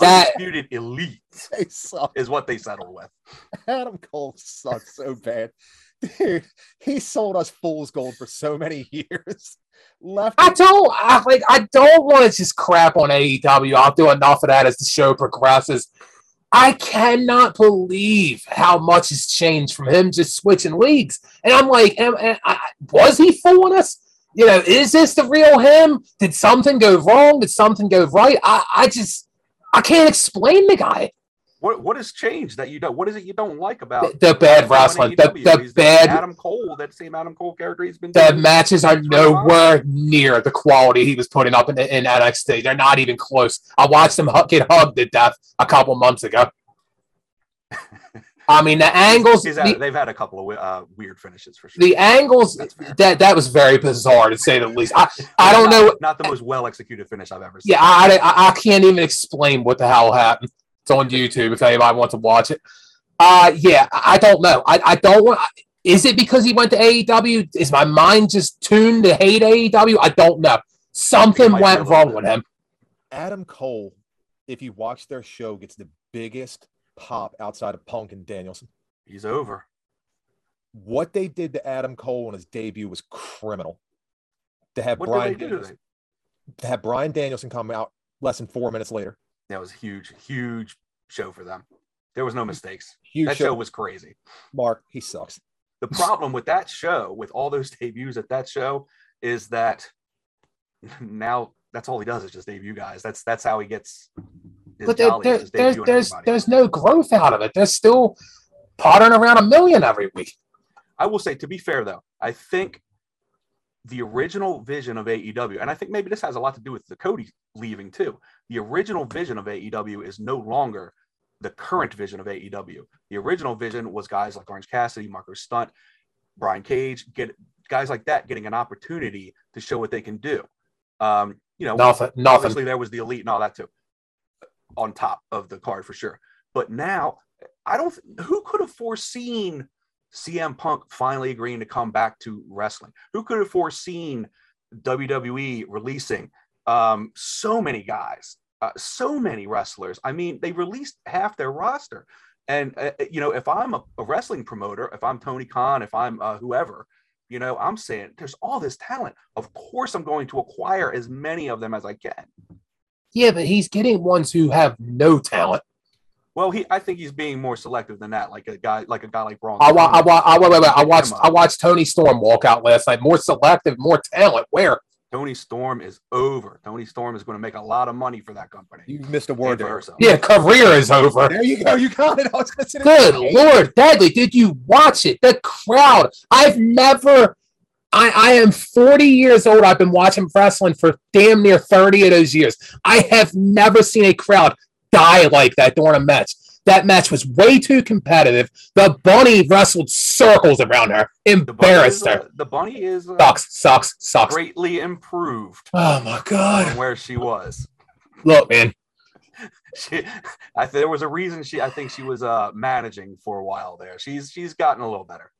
C: That
B: Undisputed elite
A: [LAUGHS] They suck.
B: is what they settled with.
A: Adam Cole sucks so bad. Dude, he sold us fool's gold for so many [LAUGHS] years. Left
C: I don't I, like. I don't want to just crap on AEW. I'll do enough of that as the show progresses. I cannot believe how much has changed from him just switching leagues. And I'm like, am, am- I, was he fooling us? You know, is this the real him? Did something go wrong? Did something go right? I, I just, I can't explain the guy.
B: What what has changed that you don't? What is it you don't like
C: The,
B: about
C: the bad wrestling, the,
B: AEW?
C: the
B: E He's the
C: bad
B: Adam Cole? That same Adam Cole character he's been
C: the
B: doing?
C: matches are nowhere near the quality he was putting up in, in NXT. They're not even close. I watched him hu- get hugged to death a couple months ago. I mean, the angles,
B: He's
C: the,
B: had, they've had a couple of uh, weird finishes for sure.
C: the angles
B: That's fair.
C: that that was very bizarre to say the least. I, I don't
B: Not-
C: know.
B: Not the most well executed finish I've ever seen.
C: Yeah, I, I, I can't even explain what the hell happened. It's on YouTube if anybody wants to watch it. Uh, yeah, I I don't know. I, I don't want. Is it because he went to AEW? Is my mind just tuned to hate AEW? I don't know.
B: It
C: Something
B: might be a
C: went
B: little
C: wrong
B: bit.
C: with him.
A: Adam Cole, if you watch their show, gets the biggest pop outside of Punk and Danielson.
B: He's over.
A: What they did to Adam Cole on his debut was criminal. To have
B: What
A: Brian
B: did they do to
A: Danielson-
B: him?
A: to have Brian Danielson come out less than four minutes later.
B: That was a huge, huge show for them. There was no mistakes.
A: Huge
B: That
A: show.
B: show was crazy.
A: Mark, he sucks.
B: The problem with that show, with all those [LAUGHS] debuts at that show, is that now that's all he does is just debut guys. That's that's how he gets. His
C: But there,
B: jolly
C: there,
B: is
C: there's
B: debuting
C: there's
B: everybody.
C: there's no growth out of it. They're still pottering around a million every week.
B: I will say, to be fair though, I think the original vision of AEW, and I think maybe this has a lot to do with the Cody leaving too. The original vision of AEW is no longer the current vision of AEW. The original vision was guys like Orange Cassidy, Marco Stunt, Brian Cage, get guys like that getting an opportunity to show what they can do. Um, you know,
C: Nothing. Nothing.
B: obviously there was the elite and all that too on top of the card for sure but now i don't who could have foreseen cm punk finally agreeing to come back to wrestling who could have foreseen wwe releasing um, so many guys uh, so many wrestlers i mean they released half their roster and uh, you know if i'm a, a wrestling promoter if i'm tony khan if i'm uh, whoever you know i'm saying there's all this talent of course i'm going to acquire as many of them as i can
C: Yeah, but he's getting ones who have no talent.
B: Well, he, I think he's being more selective than that. Like a guy, like a guy like Braun.
C: I, wa- I, wa- I, wait, wait, wait. I
B: Oh, Come
C: watched
B: on.
C: I watched Tony Storm walk out last night. More selective, more talent. Where?
B: Tony Storm is over. Tony Storm is going to make a lot of money for that company.
A: You missed a
B: And
A: word
B: for
A: there.
B: herself.
C: Yeah, career is over.
A: There you go. You got it. I was gonna say the
C: Good
A: same.
C: Lord, Dudley, did you watch it? The crowd. I've never. I, I am 40 years old. I've been watching wrestling for damn near 30 of those years. I have never seen a crowd die like that during a match. That match was way too competitive. The bunny wrestled circles around her,
B: The bunny is,
C: embarrassed her.
B: uh, the bunny is uh,
C: Sucks, sucks, sucks.
B: greatly improved
C: Oh my God.
B: from where she was. [LAUGHS]
C: Look, man,
B: She, I, there was a reason she. I think she was uh, managing for a while there. She's she's gotten a little better.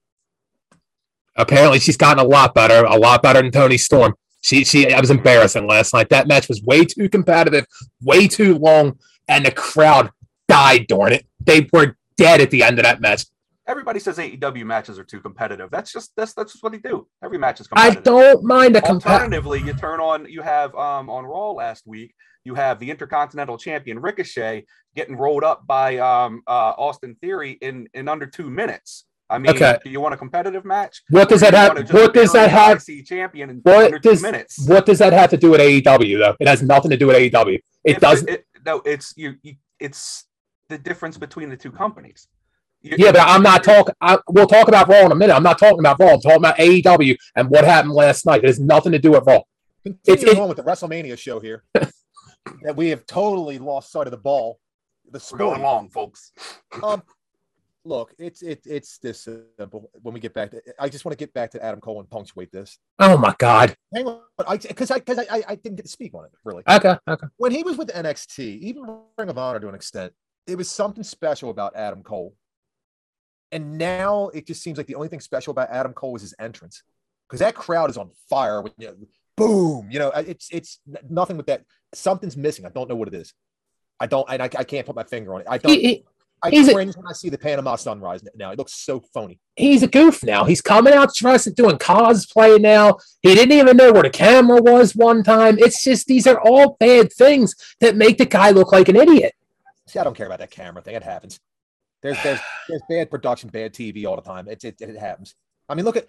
C: apparently she's gotten a lot better, a lot better than Tony Storm. She she I was embarrassing last night. That match was way too competitive, way too long, and the crowd died. Darn it, they were dead at the end of that match.
B: Everybody says AEW matches are too competitive. That's just that's that's just what they do. Every match is
C: I
B: competitive.
C: don't mind the competitive.
B: Alternatively, you turn on you have um on Raw last week. You have the Intercontinental Champion Ricochet getting rolled up by um uh, Austin Theory in in under two minutes. I mean,
C: Okay.
B: do you want a competitive match?
C: What does
B: Or
C: that
B: do you wanna just bury the
C: have? What does that have?
B: IC champion in
C: what
B: under two
C: does-
B: minutes?
C: What does that have to do with AEW though? It has nothing to do with AEW. It
B: If-
C: doesn't.
B: It, no, it's you, you. It's the difference between the two companies. You-
C: Yeah, but I'm not talking. We'll talk about Raw in a minute. I'm not talking about Raw. I'm talking about AEW and what happened last night. It has nothing to do with Raw.
A: Continuing
C: it-
A: on with the WrestleMania show here, that we have totally lost sight of the ball. The
B: We're
A: sport.
B: going long, folks.
A: Look, it's it, it's this simple. When we get back, to, I just want to get back to Adam Cole and punctuate this.
C: Oh my God.
A: Hang on, I because I because I, I I didn't get to speak on it really.
C: Okay. Okay.
A: when he was with NXT, even Ring of Honor to an extent, it was something special about Adam Cole. And now it just seems like the only thing special about Adam Cole is his entrance, because that crowd is on fire. When you know, boom, you know, it's it's nothing with that. Something's missing. I don't know what it is. I don't, and I, I can't put my finger on it. I don't.
C: He- he-
A: I
C: he's a-
A: cringe when I see the Panama Sunrise now. It looks so phony.
C: he's a goof now. He's coming out dressed and doing cosplay now. He didn't even know where the camera was one time. It's just these are all bad things that make the guy look like an idiot.
A: See, I don't care about that camera thing. It happens. There's there's there's bad production, bad TV all the time. It it, it happens. I mean, look at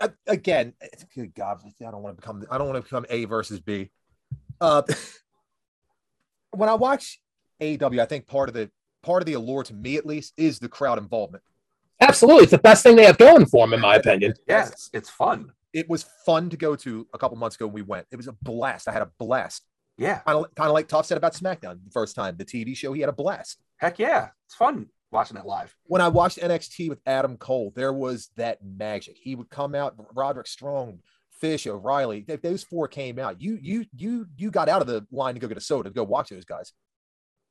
A: a- again. it's- Good God, I don't want to become I don't want to become A versus B. Uh, [LAUGHS] when I watch AEW, I think part of the part of the allure to me at least is the crowd involvement.
C: Absolutely, it's the best thing they have going for him, in my opinion.
B: Yes, it's, it's fun.
A: It was fun to go to a couple months ago when we went. It was a blast. I had a blast.
B: Yeah,
A: Kind of kind of like Tough said about SmackDown the first time, the TV show. He had a blast.
B: heck yeah, it's fun watching it live.
A: when I watched NXT with Adam Cole, there was that magic. He would come out, Roderick Strong, Fish, O'Reilly. Th- those four came out. You you you you got out of the line to go get a soda to go watch those guys.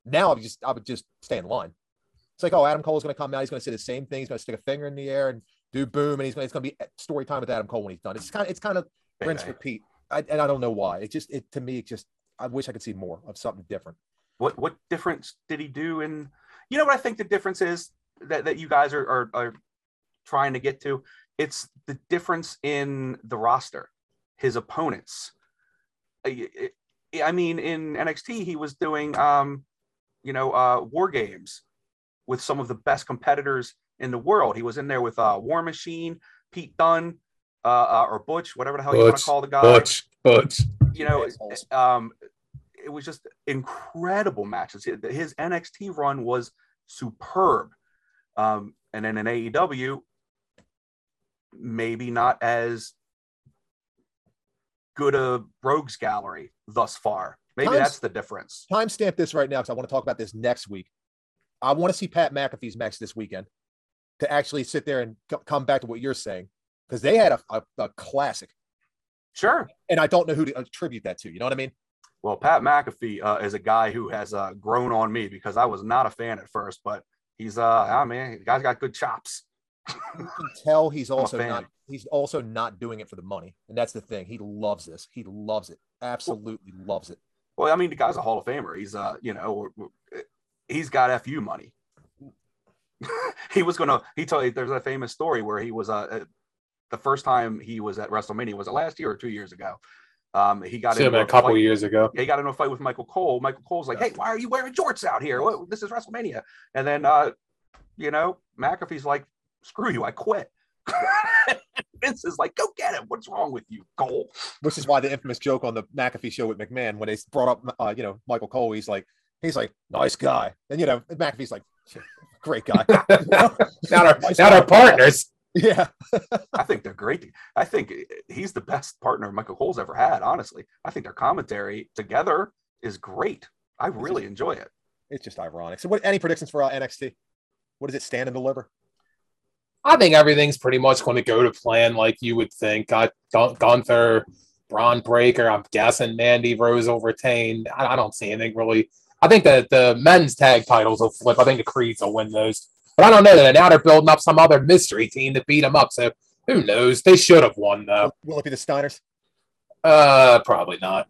A: Now I would just I would just stay in line. It's like, oh, Adam Cole's gonna come out, he's gonna say the same thing, he's gonna stick a finger in the air and do boom, and he's gonna it's gonna be story time with Adam Cole when he's done. It's kind of it's kind of
B: Hey,
A: rinse
B: hey.
A: repeat. I, and I don't know why. It just it to me it just I wish I could see more of something different.
B: What what difference did he do? And you know what I think the difference is that, that you guys are, are are trying to get to. It's the difference in the roster, his opponents. I, I- I mean, in NXT, he was doing um, you know uh, war games with some of the best competitors in the world. He was in there with uh, War Machine, Pete Dunn, uh, uh, or Butch, whatever the hell you want
C: Butch,
B: to call the guy
C: Butch, Butch.
B: you know,
A: Assholes.
B: um, it was just incredible matches. His NXT run was superb. Um, and then in AEW, maybe not as good a rogues gallery thus far. Maybe
A: Times-
B: that's the difference.
A: timestamp this right now because I want to talk about this next week. I want to see Pat McAfee's match this weekend to actually sit there and co- come back to what you're saying because they had a, a, a classic,
B: Sure.
A: and I don't know who to attribute that to. You know what I mean?
B: Well, Pat McAfee uh, is a guy who has uh, grown on me because I was not a fan at first, but he's uh, ah man, the guy's got good chops.
A: You can tell he's
B: a
A: also
B: fan.
A: not he's also not doing it for the money, and that's the thing. He loves this. He loves it. Absolutely loves it.
B: Well, I mean, the guy's a Hall of Famer. He's uh, you know, we're- we're- he's got fu money. [LAUGHS] he was gonna. He told. There's a famous story where he was uh, uh, the first time he was at WrestleMania was it last year or two years ago? Um, he got
C: Should have
B: into
C: been a couple
B: fight-
C: years ago. [LAUGHS]
B: [LAUGHS] He got into a fight with Michael Cole. Michael Cole's like, "Hey, why are you wearing jorts out here? What, this is WrestleMania." And then, uh, you know, McAfee's like, "Screw you, I quit." [LAUGHS] Vince is like, "Go get him. What's wrong with you, Cole?"
A: Which is why the infamous joke on the McAfee show with McMahon when they brought up uh, you know Michael Cole, he's like he's like nice guy, and you know McAfee's like great guy. [LAUGHS]
C: now our now our partners.
A: yeah.
B: I think they're great. I think eh, he's the best partner Michael Cole's ever had. Honestly, I think their commentary together is great. I really enjoy it.
A: It's just ironic. So, what any predictions for uh, NXT? What does it stand and deliver?
C: I think everything's pretty much going to go to plan like you would think. I, Gun- Gunther, Braun Breaker, I'm guessing Mandy Rose will retain. I, I don't see anything really. I think that the men's tag titles will flip. I think the Creeds will win those. But I don't know that. Now they're building up some other mystery team to beat them up. So who knows? They should have won, though.
A: Will it be the Steiners?
C: Uh, probably not.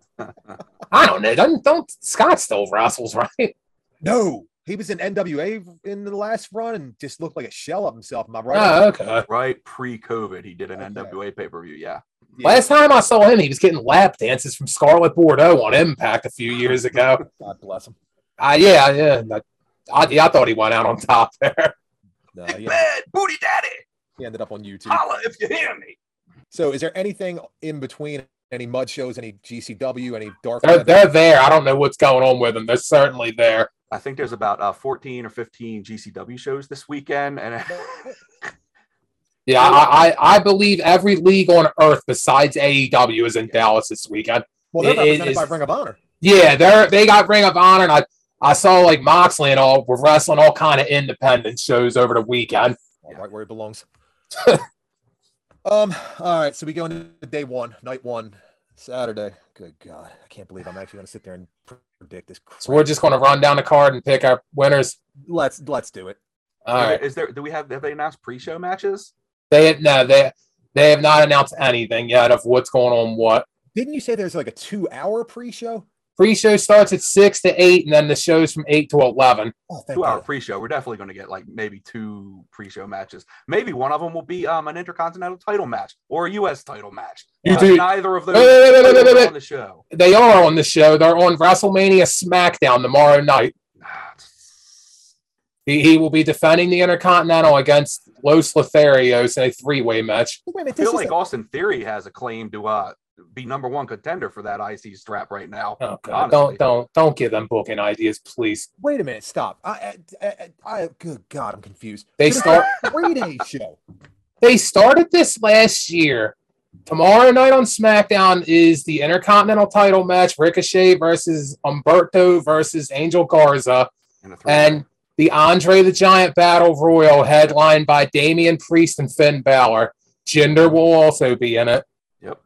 C: I don't know. Don't, don't Scott still wrestles, [LAUGHS] right?
A: No, he was in NWA in the last run and just looked like a shell of himself. Am I right?
C: Oh, okay.
B: Right pre-COVID, he did an
A: Okay.
B: NWA pay-per-view. Yeah,
A: Yeah,
C: Last time I saw him, he was getting lap dances from Scarlet Bordeaux on Impact a few years ago.
A: God bless him.
C: Uh, yeah, yeah. I, I, yeah, I thought he went out on top there.
A: No,
B: Big
A: he,
B: man, booty daddy,
A: he ended up on YouTube.
B: holla if you hear me.
A: So, is there anything in between any mud shows, any GCW, any dark?
C: They're,
A: Feather?
C: they're there. I don't know what's going on with them. They're certainly there.
B: I think there's about uh, 14 or 15 GCW shows this weekend, and [LAUGHS]
C: Yeah, I, I, I believe every league on earth besides AEW is in Dallas this weekend.
A: well, they're
C: It
A: represented
C: is-
A: by Ring of Honor.
C: Yeah, they're they got Ring of Honor, and I, I saw like Moxley and all were wrestling all kind of independent shows over the weekend.
A: All right, where it
C: [LAUGHS]
A: belongs. um. All right, so we go into day one, night one, Saturday. Good God, I can't believe I'm actually going to sit there and predict this. Crap.
C: So we're just going to run down the card and pick our winners.
A: Let's let's do it.
C: All right.
B: is there? Do we have? Have they announced pre-show matches?
C: They have no, they they have not announced anything yet of what's going on. What
A: Didn't you say there's like a two-hour pre-show?
C: pre-show starts at six to eight, and then the show's from eight to eleven.
A: Oh, thank
B: Two-hour
A: God.
B: pre-show. We're definitely going to get like maybe two pre-show matches. Maybe one of them will be um, an intercontinental title match or a U.S. title match.
C: You
B: Uh,
C: do-
B: neither of those
C: Wait, wait, wait, wait, wait, wait, wait.
B: on the show.
C: They are on the show. They're on WrestleMania SmackDown tomorrow night. He, he will be defending the Intercontinental against Los Lotharios in a three-way match.
A: Wait a
B: I
A: minute, this
B: feel
A: is
B: like
A: a-
B: Austin Theory has a claim to uh, be number one contender for that IC strap right now.
C: Oh God!
B: Honestly.
C: Don't don't don't give them booking ideas, please.
A: Wait a minute, stop. I, I, I, I good God, I'm confused.
C: [LAUGHS] They
A: This is
C: start-
A: a three-day show.
C: They started this last year. Tomorrow night on SmackDown is the Intercontinental title match: Ricochet versus Umberto versus Angel Garza.
B: in a three-
C: and the Andre the Giant Battle Royal, headlined by Damian Priest and Finn Balor. Jinder will also be in it.
B: and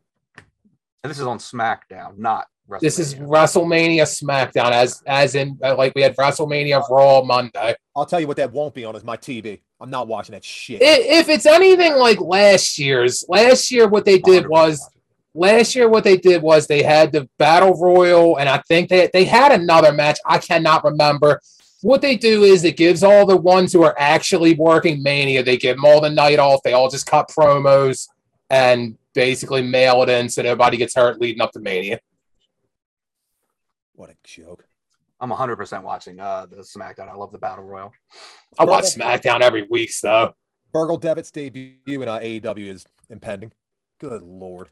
B: this is on SmackDown, not WrestleMania.
C: This is WrestleMania SmackDown, as as in uh, like we had WrestleMania Raw Monday.
A: I'll tell you what that won't be on is my TV. I'm not watching that shit.
C: I- If it's anything like last year's, last year what they did was last year what they did was they had the battle royal, and I think they they had another match. I cannot remember. What they do is it gives all the ones who are actually working Mania, they give them all the night off. They all just cut promos and basically mail it in so nobody gets hurt leading up to Mania.
A: What a joke.
B: I'm 100% watching uh, the SmackDown. I love the Battle Royal.
C: I watch SmackDown every week, so
A: Burgle Devitt's debut in uh, AEW is impending. Good lord.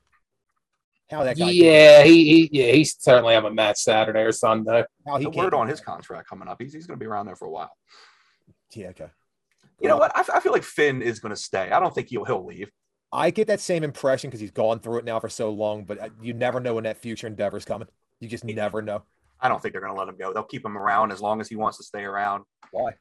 A: How that guy
C: yeah, he, he yeah he certainly have a match Saturday or Sunday. [LAUGHS]
A: how he
B: the
A: came-
B: word on his contract coming up. He's, he's going to be around there for a while.
A: Yeah, okay.
B: You know what? I, f- I feel like Finn is going to stay. I don't think he'll he'll leave.
A: I get that same impression because he's gone through it now for so long, but uh, you never know when that future endeavor's coming. You just never know.
B: I don't think they're going to let him go. They'll keep him around as long as he wants to stay around
A: Why?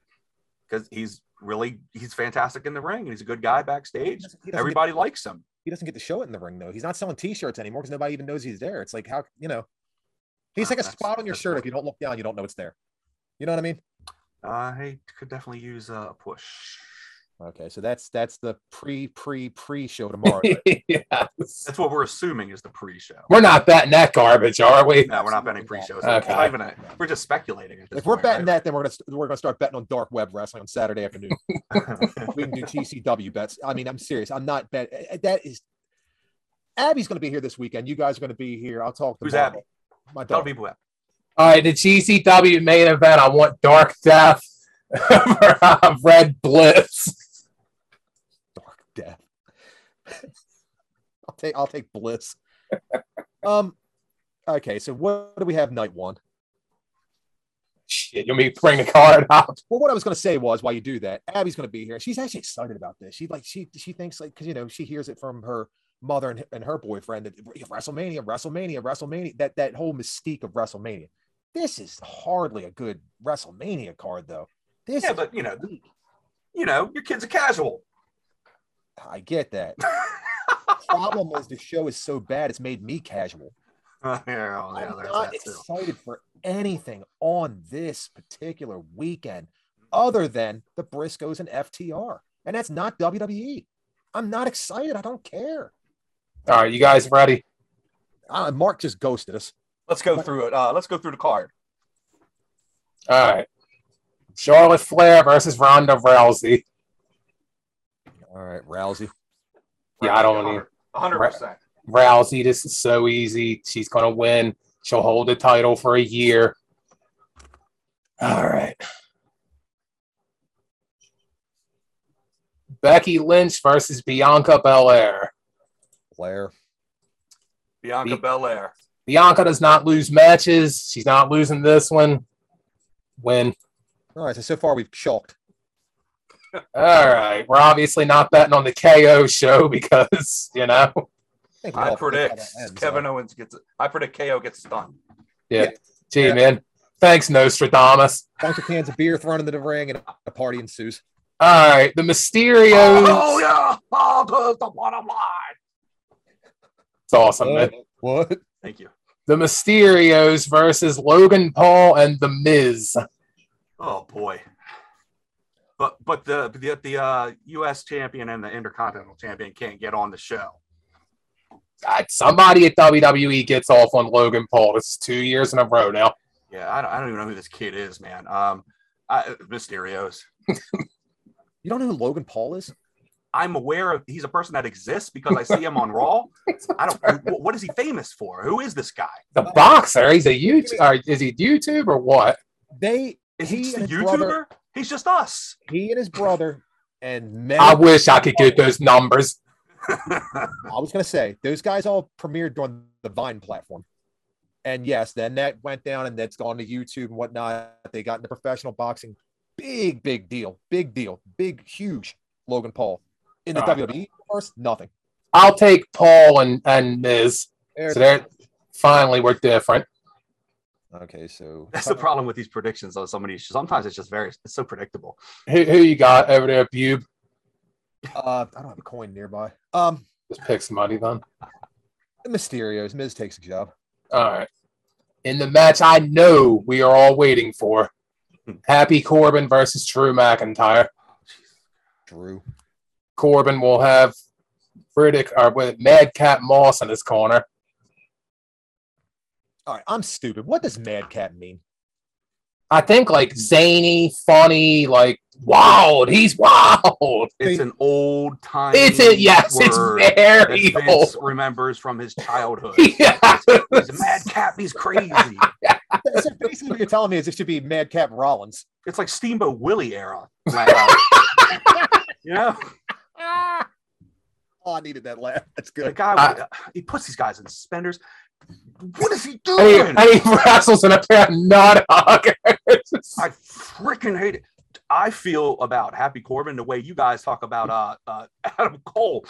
B: because he's really he's fantastic in the ring and he's a good guy backstage.
A: doesn't- he doesn't get-
B: Everybody likes him.
A: He doesn't get to show it in the ring though. He's not selling T-shirts anymore because nobody even knows he's there. It's like how you know. He's
B: Ah,
A: like a
B: that's-
A: spot on your
B: that's
A: shirt.
B: cool.
A: If you don't look down, you don't know it's there. You know what I mean?
B: I could definitely use uh, a push.
A: Okay, so that's that's the pre pre pre show tomorrow. [LAUGHS] night.
C: yes.
B: That's what we're assuming is the pre-show.
C: We're not betting that garbage, are we?
B: No, we're not betting pre-shows.
C: Okay.
B: We're, not even a, we're just speculating. At this
A: if we're
B: point,
A: betting
B: right?
A: that, then we're gonna st- we're gonna start betting on dark web wrestling on Saturday afternoon.
B: [LAUGHS]
A: we [LAUGHS] can do TCW bets. I mean, I'm serious. I'm not bet. eh, That is. Abby's going to be here this weekend. You guys are going to be here. I'll talk to
B: Who's
A: Marvel.
B: Abby?
A: My
B: Tell
A: dog.
B: people that.
C: All right, the GCW main event. I want Dark Death over [LAUGHS] uh, Red Blitz.
A: Dark death. [LAUGHS] I'll take. I'll take bliss. [LAUGHS] um. Okay, so what do we have night one?
C: Shit, you want me to bring the card up?
A: Well, what I was going to say was, while you do that, Abby's going to be here. She's actually excited about this. She like she she thinks like because you know she hears it from her mother and, and her boyfriend that WrestleMania, WrestleMania, WrestleMania. That that whole mystique of WrestleMania. This is hardly a good WrestleMania card though. This
B: Yeah,
A: is
B: but you know,
A: weak.
B: you know, your kids are casual. [LAUGHS]
A: I get that. Problem is the show is so bad it's made me casual.
B: yeah, well, Oh, yeah,
A: I'm
B: there's
A: not
B: that too.
A: excited for anything on this particular weekend other than the Briscoes and FTR. And that's not E. WWE. I'm not excited. I don't care.
C: All right, you guys ready?
A: Uh, Mark just ghosted us.
B: Let's go through it. Uh, let's go through the card.
C: All right. Charlotte Flair versus Ronda Rousey.
A: All right, Rousey.
C: Yeah, I don't need-
B: 100 100%.
C: Rousey, this is so easy. She's going to win. She'll hold the title for a year. All right. Becky Lynch versus Bianca Belair.
A: Flair.
B: Bianca
C: Beat-
B: Belair.
C: Bianca does not lose matches. She's not losing this one. Win.
A: All right, so, so far we've chalked.
C: All right. We're obviously not betting on the KO show [LAUGHS] because, you
A: I,
C: know.
A: think we all
B: I
A: think how
B: predict
A: that ends,
B: Kevin
A: though.
B: Owens gets. I predict KO gets stunned.
C: Gee,
A: Yeah.
C: man. Thanks, Nostradamus.
A: bunch of cans of beer thrown into the ring, and a party ensues.
C: All right. The Mysterios.
B: Oh yeah! Oh, the- the bottom line.
C: It's awesome, man.
A: What?
B: Thank you.
C: The Mysterios versus Logan Paul and The Miz.
B: Oh boy. But but the the, the uh, U.S. champion and the Intercontinental champion can't get on the show.
C: God, somebody at WWE gets off on Logan Paul. This is two years in a row now.
B: Yeah, I don't, I don't even know who this kid is, man. Um, I, Mysterio's.
A: You don't know who Logan Paul is?
B: I'm aware of he's a person that exists because I see him on Raw.
C: [LAUGHS]
B: I don't. wh- What is he famous for? Who is this guy?
C: The boxer, he's a YouTube, or is he YouTube or what?
A: They
B: Is he,
A: He
B: just a
A: and his
B: YouTuber?
A: brother-
B: He's just us.
A: he and his brother and many
C: I wish I could get those numbers.
A: I was gonna say those guys all premiered on the Vine platform. And yes, then that went down and that's gone to YouTube and whatnot. They got into professional boxing. Big, big deal. Big deal. Big, huge Logan Paul. In the
C: All right.
A: WWE universe, nothing.
C: I'll take Paul and, and Miz.
A: There-
C: So they're finally we're different.
A: okay, so
B: That's
C: Uh-huh.
B: the problem with these predictions on some of these. Sometimes it's just very. It's so predictable.
C: Who, who you got over there, Bube?
A: uh, I don't have a coin nearby. Um,
C: Just pick somebody then.
A: the Mysterios, Miz takes a job.
C: All right. In the match I know we are all waiting for. Happy Corbin versus Drew McIntyre.
A: Drew.
C: Corbin will have Riddick or with Madcap Moss in his corner.
A: All right, I'm stupid. What does madcap mean?
C: I think like zany, funny, like wild. He's wild.
B: It's
A: Hey.
B: an old time.
C: It's it. Yes, it's
B: that
C: very
B: Vince
C: old.
B: remembers from his childhood.
C: [LAUGHS] Yeah.
B: He's a
C: [LAUGHS]
B: mad cap. He's crazy.
A: so basically, what you're telling me is it should be madcap Rollins.
B: It's like Steamboat Willie era. you [LAUGHS] know,
A: Oh, I needed that laugh. That's
B: the
A: [LAUGHS] good.
B: guy uh,
C: I-
B: he puts these guys in suspenders. What is he
C: And he,
B: doing?
C: and he wrestles in a pair of nut huggers.
B: I freaking hate it. I feel about Happy Corbin the way you guys talk about uh, uh [LAUGHS] Adam Cole.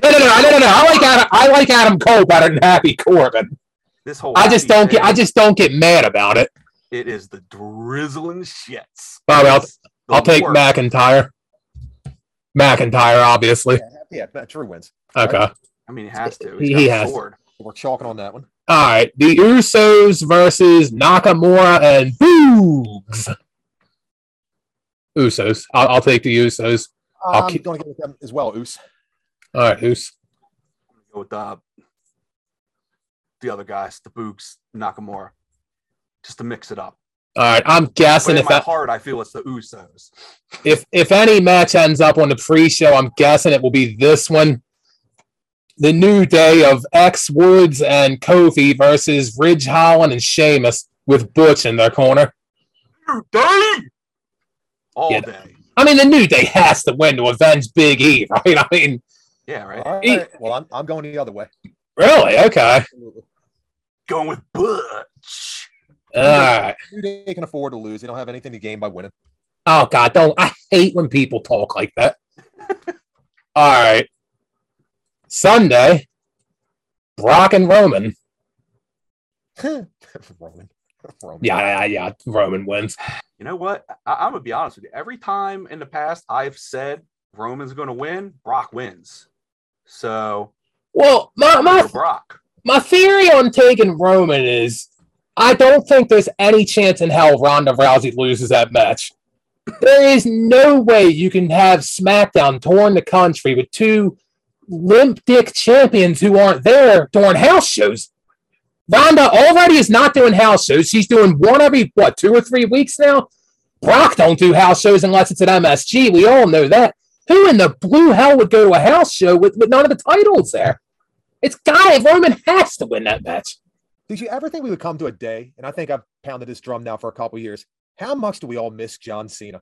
C: No, no, no, no, no, no. I like Adam. I like Adam Cole better than Happy Corbin.
B: This whole
C: I just
B: Happy
C: don't get.
B: thing,
C: I just don't get mad about it.
B: it is the drizzling shits.
C: Bobby, I'll-
B: It's the
C: I'll take
B: worst.
C: McIntyre. McIntyre, obviously.
A: Yeah, but Drew wins.
C: Okay.
B: I mean, he has to.
C: He-
B: He's got
C: he
B: a
C: has to.
B: sword.
A: We're chalking on that one.
C: All right, the Usos versus Nakamura and Boogs. Usos. I'll, I'll take the Usos. I'll
A: I'm
C: keep-
A: going to go with them as well, Oos.
C: All right, Us.
B: Go with uh, the other guys, the Boogs, Nakamura, just to mix it up.
C: All right, I'm
B: But
C: guessing
B: in
C: if
B: my
C: that,
B: heart, I feel it's the Usos.
C: if if any match ends up on the pre-show, I'm guessing it will be this one. The new day of X Woods and Kofi versus Ridge Holland and Sheamus with Butch in their corner.
B: New Day all
C: Yeah.
B: day.
C: I mean, the new day has to win to avenge Big E, [LAUGHS] right? I mean,
B: Yeah, right.
A: All
C: He-
A: right. Well, I'm, I'm going the other way.
C: really? Okay.
A: Absolutely.
B: Going with Butch.
C: All right.
A: New Day can afford to lose. They don't have anything to gain by winning. [LAUGHS]
C: Oh God, don't I hate when people talk like that. All right. Sunday, Brock and Roman.
A: Roman. [LAUGHS] Roman.
C: Yeah, yeah, yeah. Roman wins.
B: You know what? I- I'm gonna be honest with you. Every time in the past I've said Roman's gonna win, Brock wins. So
C: Well, my
B: go
C: my
B: Brock.
C: my theory on taking Roman is I don't think there's any chance in hell Ronda Rousey loses that match. There is no way you can have SmackDown touring the country with two limp dick champions who aren't there doing house shows. Ronda already is not doing house shows. She's doing one every what two or three weeks now. Brock don't do house shows unless it's at MSG. We all know that. Who in the blue hell would go to a house show with, with none of the titles there? It's gotta Roman has to win that match.
A: Did you ever think we would come to a day? And I think I've pounded this drum now for a couple years. How much do we all miss John Cena?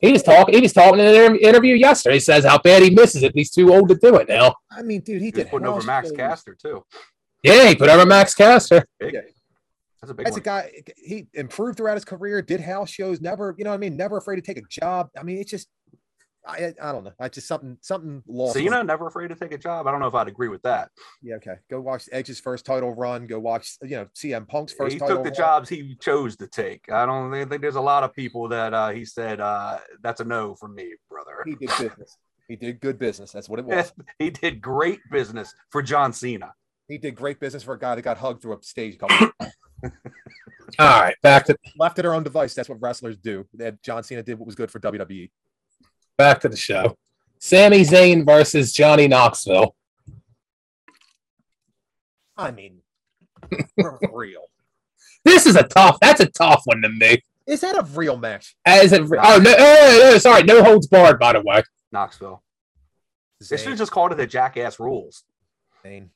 C: He was talking. He was talking in an inter- interview yesterday. He says how bad he misses it. He's too old to do it now.
A: I mean, dude, he
B: He's
A: did
B: putting over
A: house
B: Max
A: shows.
B: Caster too.
C: Yeah, he put over Max Caster.
B: Big.
A: Yeah.
B: That's a big
A: That's
B: one.
A: a guy. He improved throughout his career. Did house shows. Never, you know, what I mean, never afraid to take a job. I mean, it's just, I, I don't know. I just something, something lost.
B: So you know, never afraid to take a job. I don't know if I'd agree with that.
A: Yeah. Okay. Go watch Edge's first title run. Go watch, you know, CM Punk's first
B: he
A: title.
B: took the
A: run.
B: jobs he chose to take. I don't think, think there's a lot of people that uh, he said uh, that's a no for me, brother.
A: He did business. He did good business.
B: [LAUGHS]
A: That's what it was.
B: Yes, he did great business for John Cena.
A: He did great business for a guy that got hugged through a stage.
B: [COUGHS]
A: a couple-
C: All right, back to
A: Left to their own device. That's what wrestlers do. That John Cena did what was good for E. WWE.
C: back to the show. Sami Zayn versus Johnny Knoxville.
A: I mean,
B: [LAUGHS]
A: for real.
C: This is a tough. That's a tough one to me.
A: Is that a real match?
C: As it, oh no, oh, no, sorry, no holds barred. By the way,
B: Knoxville. They should
A: Zayn-
B: have just called it the Jackass Rules.
A: Zayn.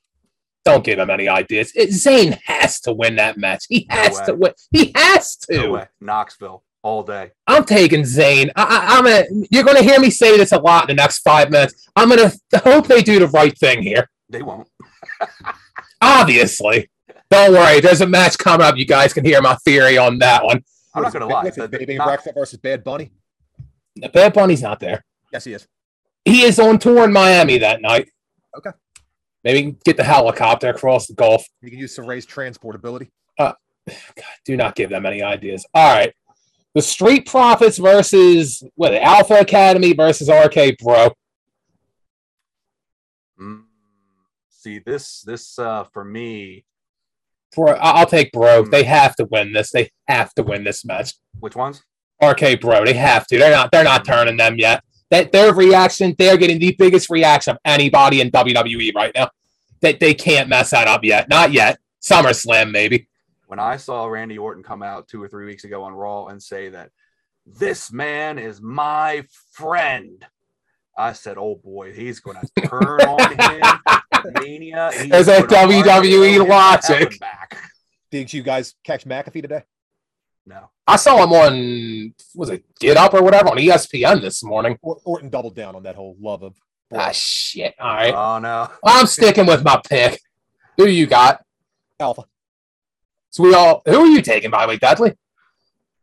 C: don't give him any ideas. It, Zayn has to win that match. He
B: No
C: has
B: way.
C: to win. He has to.
B: No way. Knoxville all day.
C: I'm taking Zayn. I, I, I'm a, You're going to hear me say this a lot in the next five minutes. I'm going to hope they do the right thing here.
B: They won't.
C: Obviously, don't worry. There's a match coming up. You guys can hear my theory on that one.
B: I'm not
A: What is
B: going
A: it,
B: to lie.
A: what's it,
B: The- the
A: Baby
B: Knox-
A: Braxton versus Bad Bunny.
C: Bad Bunny's not there.
A: Yes, he is.
C: He is on tour in Miami that night.
A: Okay.
C: Maybe we can get the helicopter across the Gulf.
A: You can use to raise transportability.
C: God, do not give them any ideas. All right. The Street Profits versus what Alpha Academy versus RK Bro.
B: Mm. see, this, this uh, for me,
C: Bro, I- I'll take Bro. They have to win this. They have to win this match.
B: which ones?
C: RK Bro. They have to. They're not. They're not turning them yet. That their reaction. They're getting the biggest reaction of anybody in WWE right now. That they can't mess that up yet. Not yet. SummerSlam maybe.
B: When I saw Randy Orton come out two or three weeks ago on Raw and say that this man is my friend, I said, oh boy, he's going
C: [LAUGHS]
B: to turn on him. at Mania. He's
C: There's that
B: gonna RKO
C: WWE
B: his
C: logic.
B: hell and Back.
A: Did you guys catch McAfee today?
B: No.
C: I saw him on was it Get Up or whatever on E ESPN this morning.
A: Or- Orton doubled down on that whole love of.
C: Ah shit. All right.
B: Oh, no.
C: I'm sticking with my pick. Who you got?
A: Alpha.
C: So we all. Who are you taking, by the way, Dudley?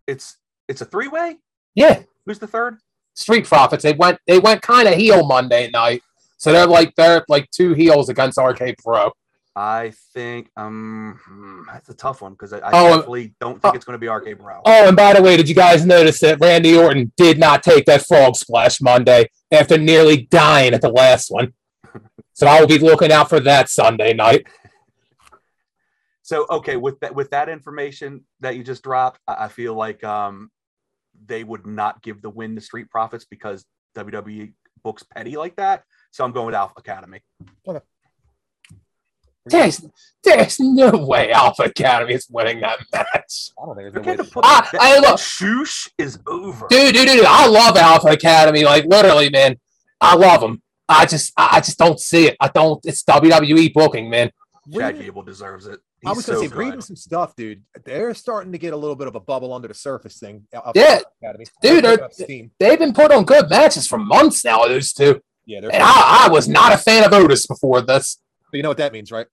B: It's it's a three way.
C: Yeah,
B: Who's the third?
C: Street Profits. They went. They went kind of heel Monday night. So they're like they're like two heels against RK Pro.
B: I think um hmm, that's a tough one because I, I
C: Oh,
B: definitely don't think it's going to be RK Bro.
C: Oh, and by the way, did you guys notice that Randy Orton did not take that frog splash Monday after nearly dying at the last one? So I will be looking out for that Sunday night.
B: So okay, with that with that information that you just dropped, I, I feel like um they would not give the win to Street Profits because WWE books petty like that. So I'm going with Alpha Academy.
C: There's there's no way Alpha Academy is winning that match.
A: I don't think
B: They're getting
A: there's
B: to
A: no
B: put
A: way.
C: Ah,
B: that-
C: I love-
B: Shoosh is over.
C: dude, dude, dude. I love Alpha Academy. Like literally, man, I love them. I just, I I just don't see it. I don't. It's WWE booking, man.
B: Chad
A: Reading-
B: Gable deserves it.
A: I was
B: He's
A: gonna
B: so
A: say reading
B: good.
A: some stuff, dude. They're starting to get a little bit of a bubble under the surface thing. up-
C: Yeah,
A: Academy.
C: dude,
A: They're
C: are-
A: picking up steam.
C: They've been put on good matches for months now. Those two,
A: Yeah, they're.
C: and I, I was not a fan of Otis before this.
A: You know what that means, right?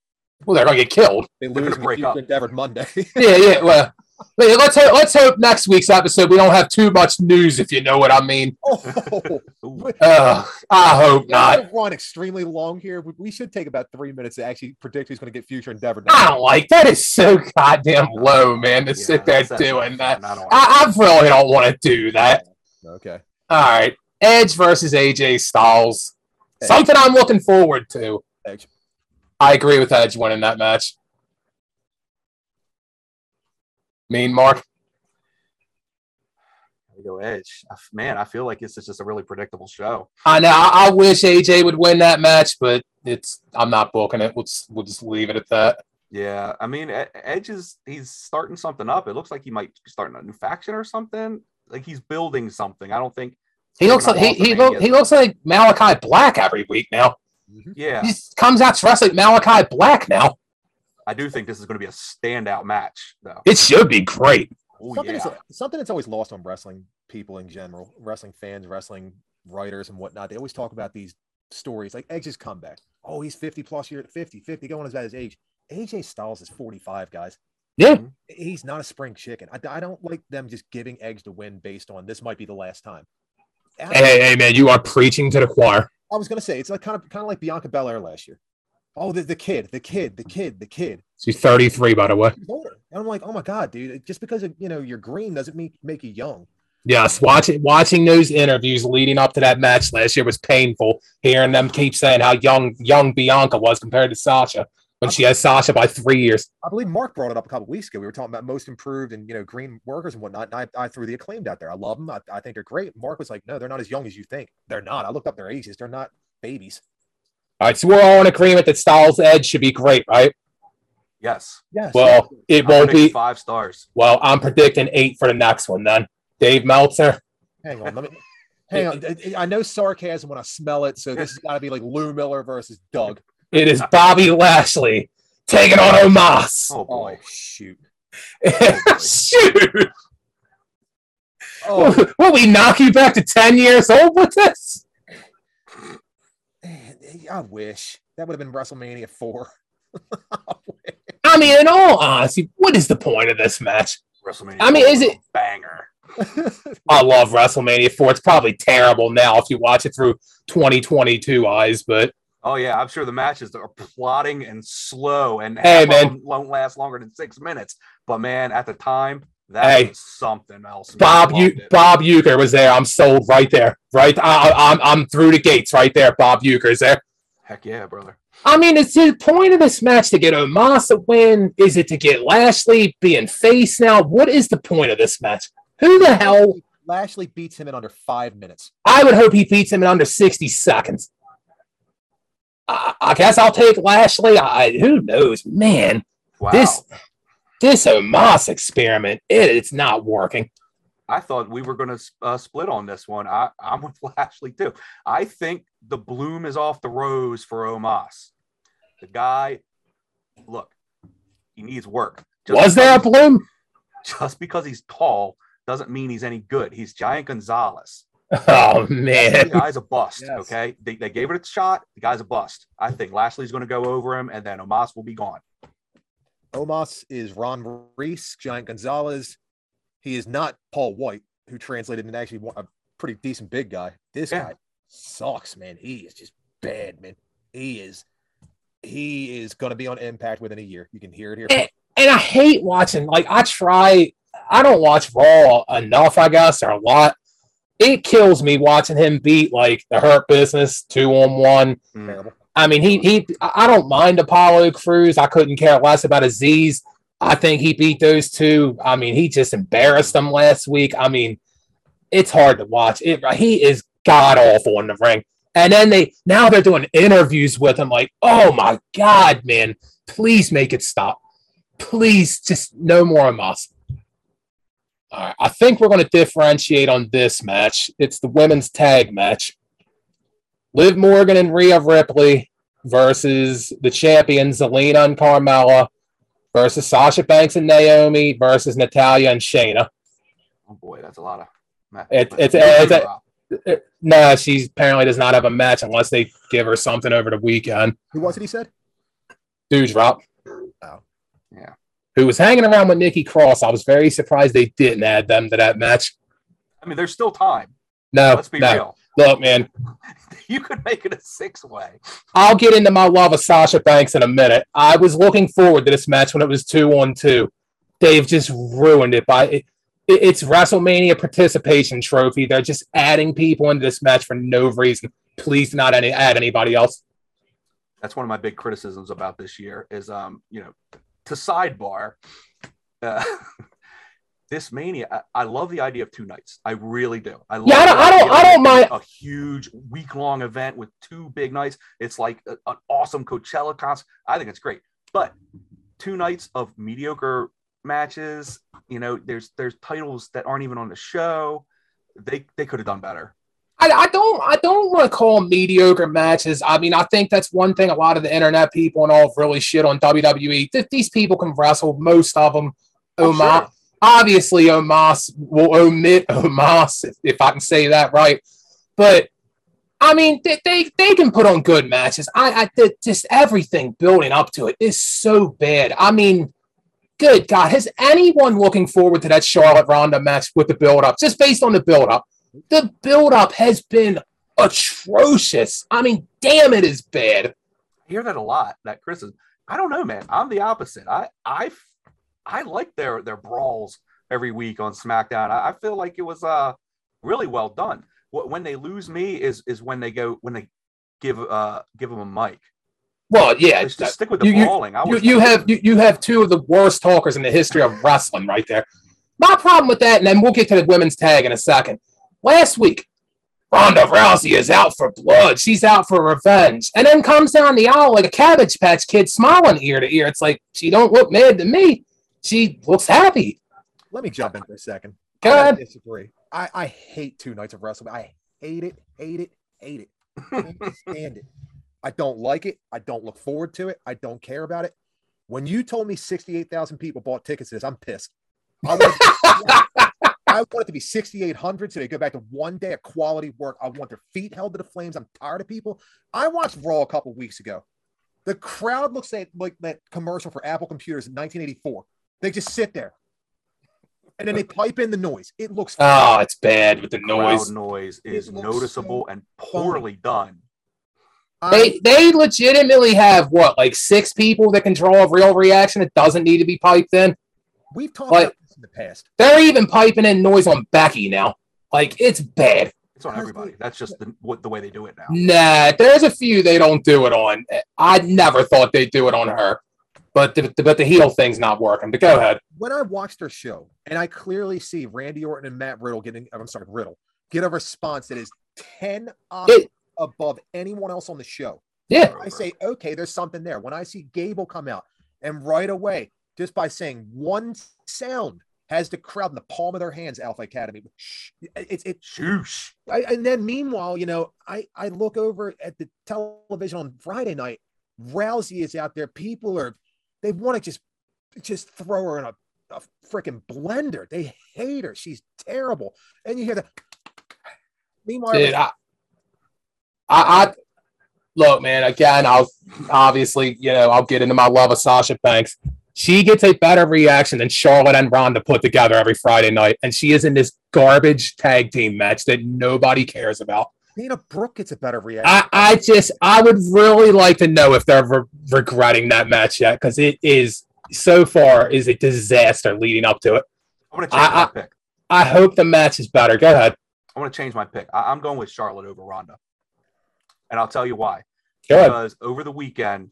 C: Well, they're gonna get killed.
A: They
B: They're
A: lose
B: gonna break
A: break up.
B: up.
A: Endeavored
C: [LAUGHS]
A: Monday. [LAUGHS]
C: Yeah, yeah. Well, but let's hope, let's hope next week's episode we don't have too much news, if you know what I mean.
A: oh,
B: Ooh.
C: Ugh, I hope not.
A: we've run extremely long here. We, we should take about three minutes to actually predict who's going to get future Endeavor.
C: I don't like that. Is so goddamn low, man. To
B: Yeah,
C: sit there
B: that's- that's
C: doing
B: not
C: that, Ah,
B: fun. I don't wanna-
C: I, I really don't want to do that.
A: Okay.
C: All right. Edge versus AJ Styles.
A: Edge.
C: Something I'm looking forward to.
A: Edge.
C: I agree with Edge winning that match. Mean Mark.
B: go Edge. I f- Man, I feel like it's just a really predictable show.
C: I know. I, I wish AJ would win that match, but it's. I'm not booking it. We'll just, we'll just leave it at that.
B: Yeah, I mean, E- Edge is he's starting something up. It looks like he might be starting a new faction or something. Like he's building something. I don't think.
C: He looks
B: I'm
C: like
B: not
C: he he,
B: offering
C: look,
B: it.
C: he looks like Malachi Black every week now.
B: Yeah,
C: He comes out dressed like Malachi Black now.
B: I do think this is going to be a standout match, though.
C: It should be great.
B: Oh
A: something,
B: yeah,
A: that's, something that's always lost on wrestling people in general, wrestling fans, wrestling writers, and whatnot. They always talk about these stories like Edge's comeback. Oh, he's 50 plus years, 50, 50, going about his age. AJ Styles is 45, guys. Mm-hmm.
C: Yeah.
A: He's not a spring chicken. I, I don't like them just giving Edge the win based on this might be the last time.
C: Hey, hey, hey, man, you are preaching to the choir.
A: I was gonna say it's like kind of kind of like Bianca Belair last year. Oh, the, the kid, the kid, the kid, the kid.
C: She's 33, by the way.
A: He's older. And I'm like, oh my god, dude! Just because you know you're green doesn't mean make you young.
C: Yes, watching watching those interviews leading up to that match last year was painful. Hearing them keep saying how young young Bianca was compared to Sasha when she has Sasha by three years.
A: I believe Mark brought it up a couple weeks ago. We were talking about most improved and you know green workers and whatnot. And I, I threw the acclaimed out there. I love them. I, I think they're great. Mark was like, no, they're not as young as you think. They're not. I looked up their ages. They're not babies.
C: All right, so we're all in agreement that Styles Edge should be great, right?
B: yes.
A: Yes.
C: Well, it
B: I
C: won't
B: predict
C: be.
B: five stars.
C: Well, I'm predicting eight for the next one then. Dave Meltzer.
A: hang on. Let me. Hang on. I- I know sarcasm when I smell it, so this has got to be like Lou Miller versus Doug.
C: It is Bobby Lashley taking on [LAUGHS] Omos.
B: Oh boy.
A: Oh shoot.
C: Shoot!
A: Oh
C: Will we knock you back to 10 years old with this?
A: Man, I wish that would have been WrestleMania four.
C: I mean, in all honesty, what is the point of this match?
B: WrestleMania.
C: I mean, is it-
B: banger?
C: I love WrestleMania 4. It's probably terrible now if you watch it through 2022 eyes, but
B: Oh yeah, I'm sure the matches are plotting and slow, and
C: Hey,
B: half of
C: man.
B: them won't last longer than six minutes. But man, at the time, that
C: Hey.
B: was something else. man.
C: Bob
B: Loved
C: U-
B: it.
C: Bob Euchre was there. I'm sold right there. Right, I, I, I'm I'm through the gates right there. Bob Euchre is there.
B: Heck yeah, brother.
C: I mean, is the point of this match to get Omos a win? Is it to get Lashley being face now? What is the point of this match? Who the hell?
A: Lashley beats him in under five minutes.
C: I would hope he beats him in under 60 seconds. I, I guess I'll take Lashley. I, who knows, man.
B: Wow.
C: This this Omos experiment, it, it's not working.
B: I thought we were going to uh, split on this one. I, I'm with [LAUGHS] Lashley too. I think the bloom is off the rose for Omos. The guy, look, he needs work.
C: Was there a
B: because-
C: bloom?
B: just because he's tall doesn't mean he's any good. He's Giant Gonzalez.
C: Oh
B: The
C: man.
B: guy's a bust.
A: Yes.
B: Okay, they, they gave it a shot. The guy's a bust. I think Lashley's going to go over him, and then Omos will be gone.
A: Omos is Ron Reese, Giant Gonzalez. He is not Paul White, who translated and actually wa- a pretty decent big guy. This
B: Yeah.
A: guy sucks, man. He is just bad, man. He is. He is going to be on Impact within a year. You can hear it here.
C: Eh. And I hate watching, like I try I don't watch Raw enough, I guess, or a lot. It kills me watching him beat like the Hurt Business two on one.
B: Mm.
A: Terrible.
C: I mean, he he. I I don't mind Apollo Cruz. I couldn't care less about Aziz. I think he beat those two. I mean, he just embarrassed them last week. I mean, it's hard to watch. It, he is god awful in the ring. And then they now they're doing interviews with him. Like, oh my god, man! Please make it stop. Please, just no more of us. All right, I think we're going to differentiate on this match. It's the women's tag match. Liv Morgan and Rhea Ripley versus the champions Zelina and Carmella versus Sasha Banks and Naomi versus Natalia and Shayna.
B: Oh boy, that's a lot of.
C: It- it's- it's a- No, she apparently does not have a match unless they give her something over the weekend.
A: Who was it? He said.
C: Dude drop.
A: Oh.
B: Yeah.
C: Who was hanging around with Nikki Cross. I was very surprised they didn't add them to that match.
B: I mean, there's still time.
C: No,
B: Let's be
C: Oh, no.
B: real. [LAUGHS]
C: Look, man,
B: You could make it a six way.
C: I'll get into my love of Sasha Banks in a minute. I was looking forward to this match when it was two on two. They've just ruined it by it, it- it's WrestleMania participation trophy. They're just adding people into this match for no reason. Please do not any, add anybody else.
B: that's one of my big criticisms about this year is um you know to sidebar uh, [LAUGHS] this mania, I, I love the idea of two nights. I really do. I love
C: Yeah, I
B: the
C: don't- I don't-
B: idea of
C: I don't mind-
B: A huge week long event with two big nights. It's like a- an awesome Coachella concert. I think it's great. But two nights of mediocre matches. You know, there's there's titles that aren't even on the show. They they could have done better.
C: I, I don't I don't want to call them mediocre matches. I mean, I think that's one thing a lot of the internet people and all really shit on WWE. Th- these people can wrestle, most of them.
B: Oh,
C: Omos,
B: sure.
C: obviously Omas will omit Omas if, if I can say that right. But I mean, they, they, they can put on good matches. I, I th- just everything building up to it is so bad. I mean, good God, has anyone looking forward to that Charlotte Ronda match with the build up? Just based on the build up, the build up has been atrocious. I mean, damn, it is bad.
B: I hear that a lot. That criticism. I don't know, man. I'm the opposite. I I I like their their brawls every week on SmackDown. I, I feel like it was uh really well done. Wh- When they lose me is is when they go when they give uh give them a mic.
C: Well, yeah,
B: Let's just stick with the
C: you- you-
B: brawling. I
C: you,
B: was
C: you have you, you have two of the worst talkers in the history of wrestling right there. My problem with that, and then we'll get to the women's tag in a second. Last week, Ronda Rousey is out for blood. She's out for revenge. And then comes down the aisle like a cabbage patch kid smiling ear to ear. It's like she don't look mad to me. She looks happy.
A: Let me jump in for a second. I gotta
C: God.
A: disagree. I, I hate two nights of wrestling. I hate it, hate it, hate it. Can't stand it. I don't like it. I don't look forward to it. I don't care about it. When you told me 68,000 people bought tickets to this, I'm pissed. I want,
C: [LAUGHS]
A: I want it to be 6,800 so they go back to one day of quality work. I want their feet held to the flames. I'm tired of people. I watched Raw a couple weeks ago. The crowd looks like, like that commercial for Apple computers in 1984. They just sit there and then they pipe in the noise. It looks
C: Oh, it's bad with the
B: crowd
C: noise.
B: noise is
A: looks
B: noticeable and poorly done.
C: They they legitimately have what like six people that can draw a real reaction. It doesn't need to be piped in.
A: We've talked
C: Like-
A: about this in the past.
C: They're even piping in noise on Becky now. Like it's bad.
B: It's on
A: Because
B: everybody.
A: they-
B: That's just the, what the way they do it now.
C: Nah, there's a few they don't do it on. I never thought they'd do it on her, but the, but the heel thing's not working. But go ahead.
A: When I watch their show, and I clearly see Randy Orton and Matt Riddle getting, I'm sorry, Riddle, get a response that is 10 octaves
C: It-
A: above anyone else on the show.
C: Yeah,
A: I say, okay, there's something there. When I see Gable come out, and right away, just by saying one sound, has the crowd in the palm of their hands, Alpha Academy. Shh. It's it,
B: Shoosh.
A: I, and then meanwhile, you know, I I look over at the television on Friday night. Rousey is out there. People are they want to just just throw her in a, a freaking blender. They hate her. She's terrible. And you hear the meanwhile
C: dude. I, I, I look, man. Again, I'll obviously you know I'll get into my love of Sasha Banks. She gets a better reaction than Charlotte and Ronda put together every Friday night, and she is in this garbage tag team match that nobody cares about.
A: Dana Brooke gets a better reaction.
C: I, I just I would really like to know if they're re- regretting that match yet because it is so far is a disaster leading up to it.
B: I'm gonna change
C: I-
B: my pick.
C: I hope the match is better. Go ahead.
B: I'm gonna change my pick. I, I'm going with Charlotte over Ronda, and I'll tell you why.
C: Go ahead.
B: because over the weekend,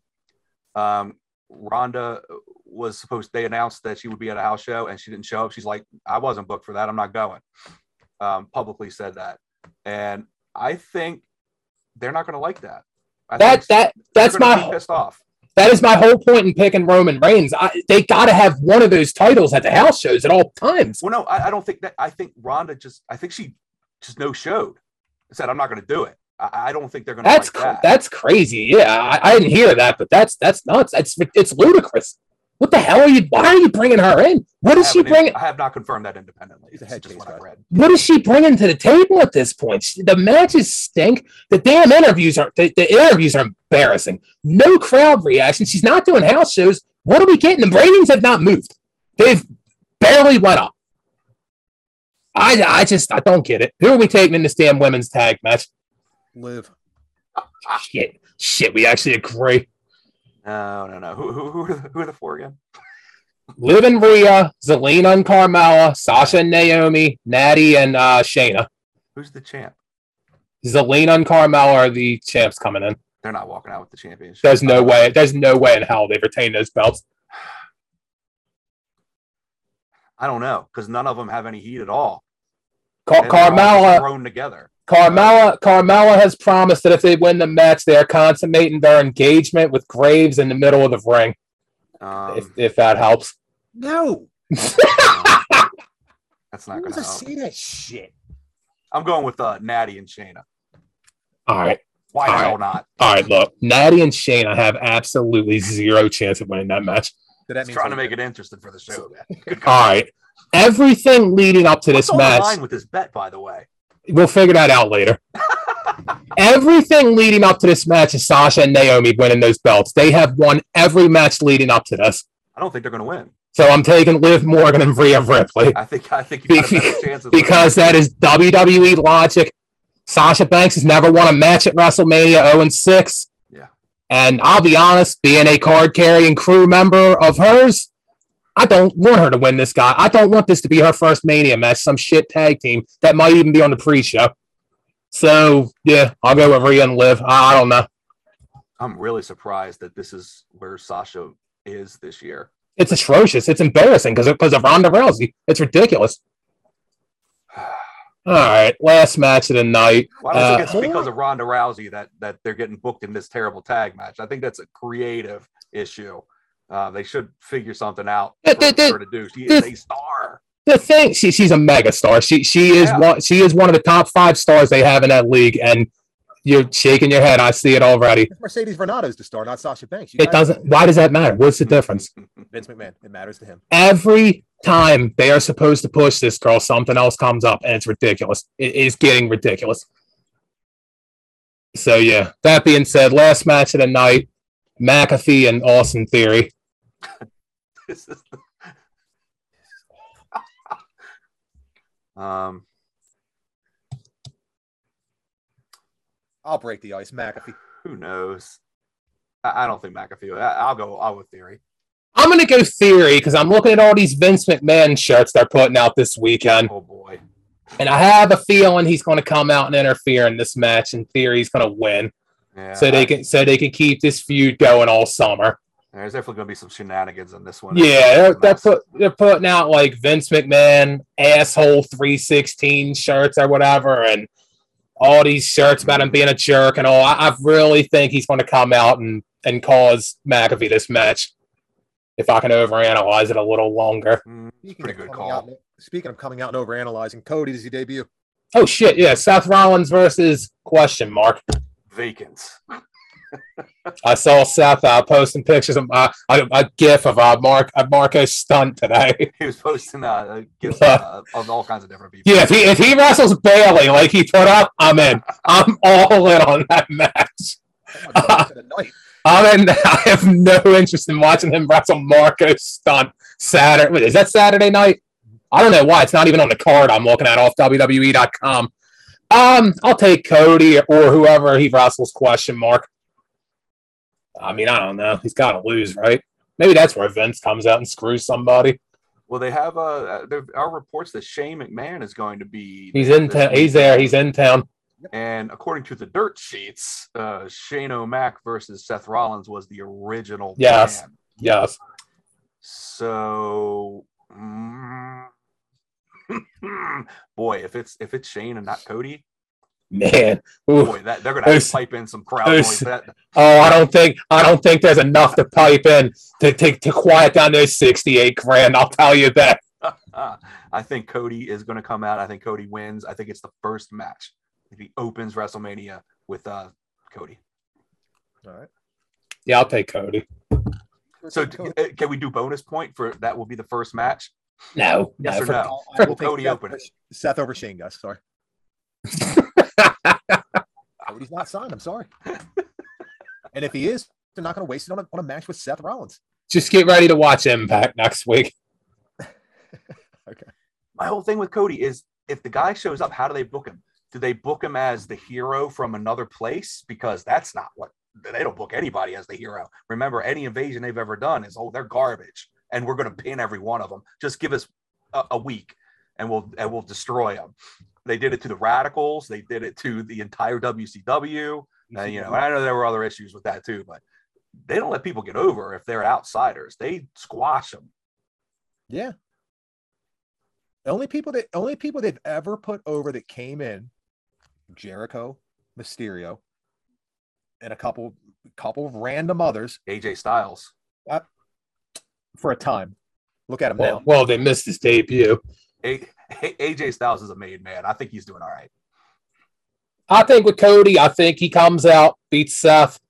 B: um, Rhonda was supposed. They announced that she would be at a house show, and she didn't show up. She's like, "I wasn't booked for that. I'm not going." Um, publicly said that, and I think they're not going to like that. I
C: That
B: think
C: that
B: they're
C: that's
B: gonna be
C: my
B: pissed off.
C: that is my whole point in picking Roman Reigns. I, they got to have one of those titles at the house shows at all times.
B: Well, no, I, I don't think that. I think Rhonda just. I think she just no showed. Said, "I'm not going to do it." I, I don't think they're going to
C: That's
B: like
C: cr-
B: that.
C: that's crazy. Yeah, I, I didn't hear that, but that's that's nuts. It's it's ludicrous. What the hell are you? Why are you bringing her in? What
B: I
C: is she
B: haven't-
C: bringing?
B: I have not confirmed that independently.
A: He's a
B: It's
A: head
B: just
A: case
B: what I
A: guy.
B: read.
C: what is she bringing to the table at this point? She- The matches stink. The damn interviews are the, the interviews are embarrassing. No crowd reaction. She's not doing house shows. What are we getting? The ratings have not moved. They've barely went up. I I just I don't get it. Who are we taking in this damn women's tag match?
A: Live.
C: Shit, shit. We actually agree.
B: No, no, no. Who, who, who, are the, who are the four again?
C: Liv and Rhea, Zelina and Carmella, Sasha and Naomi, Natty and uh, Shayna.
B: Who's the champ?
C: Zelina and Carmella are the champs coming in.
B: They're not walking out with the championship.
C: There's no way. There's no way in hell they retain those belts.
B: I don't know because none of them have any heat at all.
C: Car-
B: They're all
C: Oh, Carmella,
B: thrown together.
C: Carmella, Carmella has promised that if they win the match, they are consummating their engagement with Graves in the middle of the ring.
B: Um,
C: if, if that helps.
A: No,
B: that's
A: who
B: not going
A: wants
B: to
A: to
B: help.
A: see that shit?
B: I'm going with uh, Natty and Shayna.
C: All right.
B: Why the
C: All
B: hell not?
C: All right. Look, Natty and Shayna have absolutely zero chance of winning that match.
A: So that
B: Just
A: means
B: trying to make it interesting for the show. Man. Good God.
C: All right. Everything leading up to
B: What's
C: this
B: on the
C: match,
B: line with this bet, by the way?
C: we'll figure that
B: [LAUGHS]
C: out later. Everything leading up to this match is Sasha and Naomi winning those belts. They have won every match leading up to this.
B: I don't think they're going to win.
C: So I'm taking Liv Morgan and Rhea Ripley
B: I think I think you got a better chance of winning.
C: because that is WWE logic. Sasha Banks has never won a match at WrestleMania 0 and 6.
B: Yeah.
C: And I'll be honest, being a card carrying crew member of hers, I don't want her to win this guy. I don't want this to be her first Mania match, some shit tag team that might even be on the pre show. So, yeah, I'll go with Rhea and Liv. I, I don't know.
B: I'm really surprised that this is where Sasha is this year.
C: It's atrocious. It's embarrassing because of Ronda Rousey. It's ridiculous. [SIGHS] All right, last match of the night.
B: Well, I don't
C: Uh,
B: think it's because of Ronda Rousey that that they're getting booked in this terrible tag match. I think that's a creative issue. Uh, they should figure something out
C: Yeah,
B: for,
C: they- they-
B: for her to do. She is
C: they-
B: a star.
C: the thing she, she's a mega star she she is
B: Yeah.
C: one she is one of the top five stars they have in that league and you're shaking your head i see it already
A: It's Mercedes Renato's the star, not Sasha Banks. You
C: it
A: guys-
C: doesn't why does that matter what's the difference
A: Vince McMahon. It matters to him.
C: every time they are supposed to push this girl something else comes up and it's ridiculous it is getting ridiculous so yeah that being said last match of the night mcafee and austin theory
B: [LAUGHS] This is- [LAUGHS] um,
A: I'll break the ice, McAfee.
B: who knows? I, I don't think McAfee. I, I'll go. I'll go with theory.
C: i'm gonna go theory because i'm looking at all these vince mcmahon shirts they're putting out this weekend
B: Oh boy.
C: And I have a feeling he's going to come out and interfere in this match. In theory, he's going to win,
B: Yeah,
C: so they can so they can keep this feud going all summer.
B: There's definitely going to be some shenanigans in this one.
C: Yeah, they're,
B: It's a
C: they're,
B: mess.
C: put, they're putting out like Vince McMahon asshole three sixteen shirts or whatever, and all these shirts about him being a jerk and all. I, I really think he's going to come out and and cause McAfee this match. If I can overanalyze it a little longer.
B: Mm,
A: Speaking
B: pretty
A: of
B: good
A: coming
B: call.
A: out- speaking of coming out and overanalyzing, Cody does he debut?
C: Oh shit! Yeah, Seth Rollins versus question mark.
B: Vacants.
C: I saw Seth uh, posting pictures of uh, a, a gif of uh, Mark a Marco stunt today. [LAUGHS]
B: [LAUGHS] He was posting uh, gifts uh, of all kinds of different people.
C: yeah, if he if he wrestles Bailey like he put up, I'm in. I'm all in on that match.
A: Oh my God, it's a
B: [LAUGHS]
A: night.
C: I'm in. [LAUGHS] I have no interest in watching him wrestle Marco stunt Saturday. Wait, is that Saturday night? I don't know why it's not even on the card. I'm looking at off WWE.com. Um, I'll take Cody or whoever he wrestles. Question mark. I mean, I don't know. He's got to lose, right? Maybe that's where Vince comes out and screws somebody.
B: Well, they have uh, there are reports that Shane McMahon is going to be.
C: He's in.
B: this
C: Ta- he's there.
B: weekend.
C: He's in town.
B: And according to the dirt sheets, uh, Shane O'Mac versus Seth Rollins was the original.
C: Yes.
B: plan.
C: Yes.
B: So, mm, [LAUGHS] boy, if it's if it's Shane and not Cody,
C: Man. Ooh.
B: boy, that they're gonna have
C: Who's-
B: to pipe in some crowd
C: who's-
B: noise. That,
C: Oh, I don't think. I don't think there's enough to pipe in to to, to quiet down those sixty-eight grand. I'll tell you that.
B: uh, I think Cody is gonna come out. I think Cody wins. I think it's the first match. If he opens WrestleMania with uh, Cody.
A: All right.
C: Yeah, I'll take Cody.
B: So,
A: Cody.
B: uh, can we do bonus point for that? Will be the first match.
C: No.
B: Yes
C: no,
B: or
C: for-
B: no?
A: I will take
B: Cody
A: Seth
B: open it.
A: over- Seth over Shane, guys.
B: [LAUGHS]
A: Sorry. Cody's not signed. I'm sorry. and if he is, they're not going to waste it on a, on a match with Seth Rollins.
C: Just get ready to watch Impact next week.
B: my whole thing with Cody is if the guy shows up, how do they book him? Do they book him as the hero from another place? Because that's not what they don't book anybody as the hero. Remember, any invasion they've ever done is oh, they're garbage, and we're going to pin every one of them. Just give us a, a week, and we'll and we'll destroy them. They did it to the radicals. They did it to the entire WCW. Uh, you know, and I know there were other issues with that too, but they don't let people get over if they're outsiders. They squash them.
A: Yeah. The only people that only people they've ever put over that came in, Jericho, Mysterio, and a couple couple of random others
B: AJ Styles.
A: for a time. Look at him
C: Well,
A: now.
C: well, they missed his debut.
B: A- AJ Styles is a made man. I think he's doing all right.
C: I think with Cody, I think he comes out, beats Seth.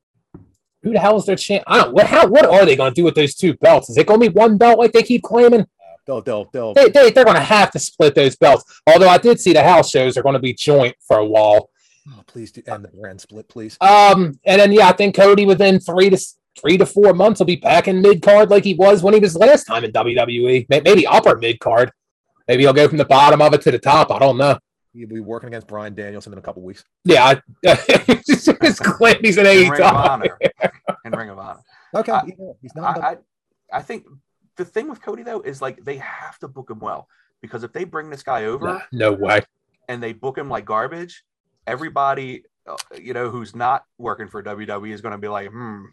C: Who the hell is their champ? I don't. What, how, what are they going to do with those two belts? Is it going to be one belt like they keep claiming?
A: They'll they'll they'll
C: They, they, they're going to have to split those belts. Although I did see the house shows are going to be joint for a while.
A: oh, please do end the brand split, please.
C: Um, and then yeah, I think Cody within three to s- three to four months will be back in mid card like he was when he was last time in WWE. May- Maybe upper mid card. Maybe he'll go from the bottom of it to the top. I don't know.
A: He'll be working against Brian Danielson in a couple weeks.
C: Yeah, I, [LAUGHS] just, just claim he's an
B: In Ring of
C: AEW.
B: Honor. In Ring of Honor.
A: Okay,
B: I-
A: yeah, he's not.
B: I, I I think the thing with Cody though is like they have to book him well because if they bring this guy over
C: Nah, no way.
B: and they book him like garbage, everybody uh, you know who's not working for WWE is going to be like, hmm,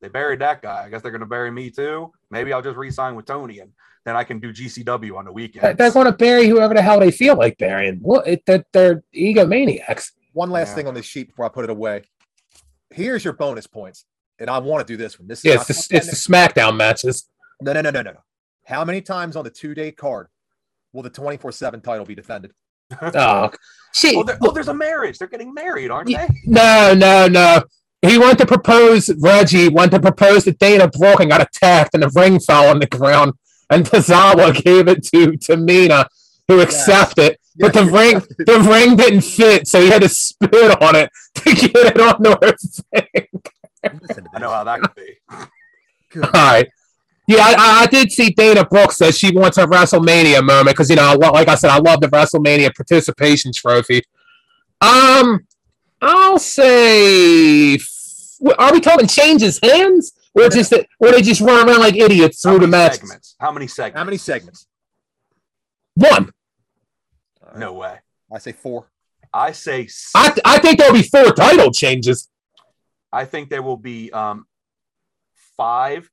B: they buried that guy. I guess they're going to bury me too. Maybe I'll just re-sign with Tony and then I can do GCW on the
C: They-
B: weekend.
C: They're going to bury whoever the hell they feel like burying. What? It, they're, they're egomaniacs.
A: One last
B: Yeah.
A: thing on this sheet before I put it away. Here's your bonus points, and I want to do this one. This is
C: Yeah,
A: not-
C: it's the, it's the SmackDown matches.
A: No, no, no, no, no, no. How many times on the two day card will the 24 7 title be defended?
C: Oh, she,
B: Oh, there- oh, there's a marriage. They're getting married, aren't they?
C: No, no, no. He went to propose, Reggie went to propose to Dana Brooke and got attacked, and the ring fell on the ground. And Tazawa [LAUGHS] gave it to Tamina, who accepted it. But the ring, the ring didn't fit, so he had to spit on it to [LAUGHS] get it on her face.
A: Listen to
B: I know how that could be.
C: [LAUGHS] All right. Yeah, I- I, I did see Dana Brooke says she wants a WrestleMania moment because you know, I lo- like I said, I love the WrestleMania participation trophy. Um, I'll say, f- are we talking changes hands or just that, or they just run around like idiots
B: How
C: through the
B: many
C: match?
B: segments? How many segments?
A: How many segments?
C: One,
A: All right.
B: No way.
A: I say four.
B: I say six.
C: I th- I think there'll be four title changes.
B: I think there will be um, five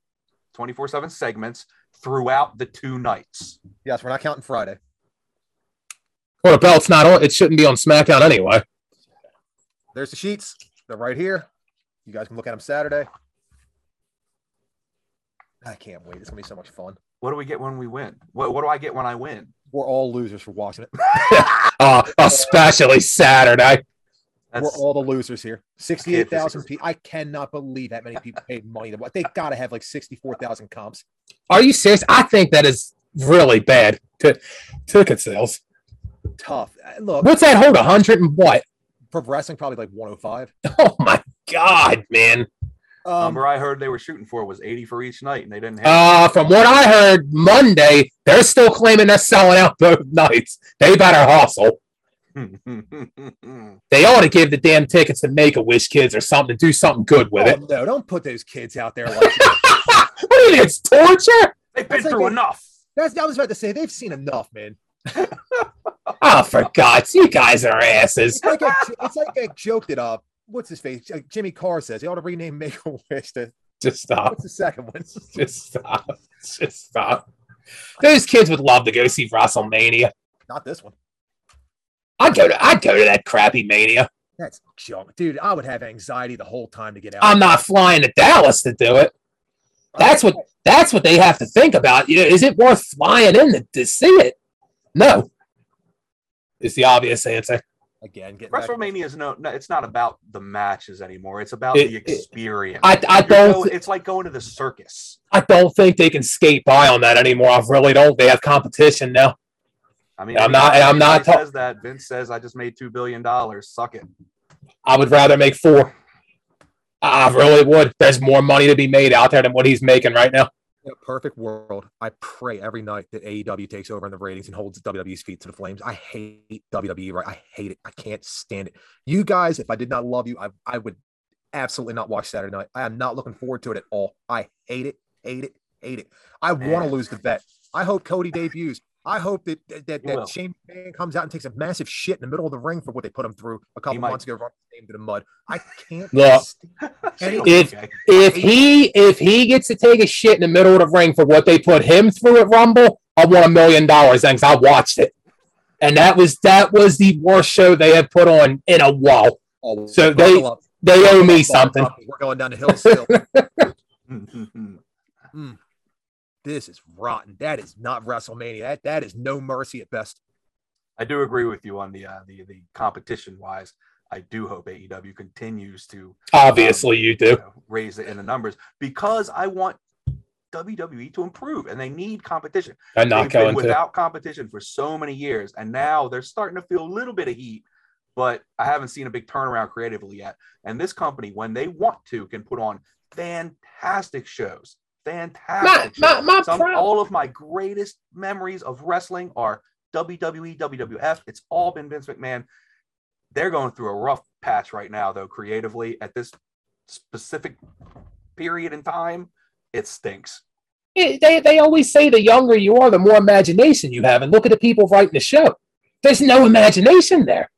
B: 24 7 segments throughout the two nights.
A: Yes, we're not counting Friday.
C: Well, the belt's not on; it shouldn't be on SmackDown anyway.
A: There's the sheets. They're right here. You guys can look at them Saturday. I can't wait. It's going to be so much fun.
B: What do we get when we win? What, what do I get when I win?
A: We're all losers for watching it.
C: Uh, especially Saturday.
B: That's,
A: We're all the losers here. 68,000
B: disagree.
A: people. I cannot believe that many people paid money to watch. They got to have like 64,000 comps.
C: Are you serious? I think that is really bad. T- ticket sales.
A: Tough. Uh, Look,
C: What's that hold? A hundred and what? [LAUGHS]
A: for wrestling, probably like 105.
C: Oh my god, man!
A: Um,
B: number I heard they were shooting for was 80 for each night, and they didn't have
C: Uh, from what I heard, Monday they're still claiming they're selling out both [LAUGHS] nights. They better hustle. They ought to give the damn tickets to Make a Wish kids or something. Do something good with [LAUGHS]
A: oh,
C: it.
A: no, don't put those kids out there like [LAUGHS]
C: what do you think? It's torture?
B: [LAUGHS] They've been
A: That's like
B: through
A: a-
B: enough.
A: That's I was about to say they've seen enough, man.
C: Oh, for God's you guys are asses.
A: It's like
B: [LAUGHS]
A: I, it's like I joked it up. uh, What's his face? Like Jimmy Carr says they ought to rename Make a Wish to
C: Just stop. [LAUGHS]
A: what's the second one?
C: Just stop. Just stop. Those kids would love to go see WrestleMania.
A: Not this one.
C: I'd go to I'd go to that crappy mania.
A: That's junk, dude. I would have anxiety the whole time to get out.
C: I'm not flying to Dallas to do it. That's what that's what they have to think about. You know, is it worth flying in to, to see it? No. Is the obvious answer.
A: again. Getting back to-
B: WrestleMania is no, no, it's not about the matches anymore. It's about
C: It-
B: the
C: it-
B: experience.
C: I, I
B: You're
C: don't
B: going- it's like going to the circus.
C: I don't think they can skate by on that anymore. I really don't. They have competition now.
B: I mean,
C: I'm not- I'm not
B: everybody
C: ta-
B: says that. Vince says, I just made $2 billion. Suck it. [LAUGHS]
C: I would rather make four. I really would. There's more money to be made out there than what he's making right now.
A: in a perfect world. I pray every night that AEW takes over in the ratings and holds WWE's feet to the flames. I hate WWE. Right? I hate it. I can't stand it. You guys, if I did not love you, I I would absolutely not watch Saturday night. I am not looking forward to it at all. I hate it. Hate it. Hate it. I want to
B: Man.
A: lose the bet. I hope Cody debuts. I hope that that, that,
B: He will.
A: that Shane McMahon comes out and takes a massive shit in the middle of the ring for what they put him through a couple
B: might.
A: months ago, running his name to the mud. I can't.
C: Look.
A: stand-
B: Shane,
C: If-
B: okay.
C: If he if he gets to take a shit in the middle of the ring for what they put him through at Rumble, I want a million dollars. Thanks. I watched it. and that was that was the worst show they have put on in a while.
A: Oh,
C: So
A: buckle
C: they-
A: up.
C: They owe
A: Buckle
C: me something.
A: up. We're going down the hill still.
B: That's
A: this is rotten. That is not WrestleMania. That that is no mercy at best.
B: I do agree with you on the uh, the the competition wise. I do hope AEW continues to
C: Obviously, you
B: you
C: do.
B: know, raise it in the numbers because I want WWE to improve and they need competition.
C: I'm not
B: They've been
C: going to.
B: without competition for so many years, and now they're starting to feel a little bit of heat. But I haven't seen a big turnaround creatively yet. And this company, when they want to, can put on fantastic shows. Fantastic.
C: My- my-
B: shows.
C: my
B: Some-
C: prob-
B: all of my greatest memories of wrestling are WWE, WWF. It's all been Vince McMahon. They're going through a rough patch right now, though, creatively at this specific period in time. It stinks.
C: It- they they always say the younger you are, the more imagination you have. And look at the people writing the show. There's no imagination there.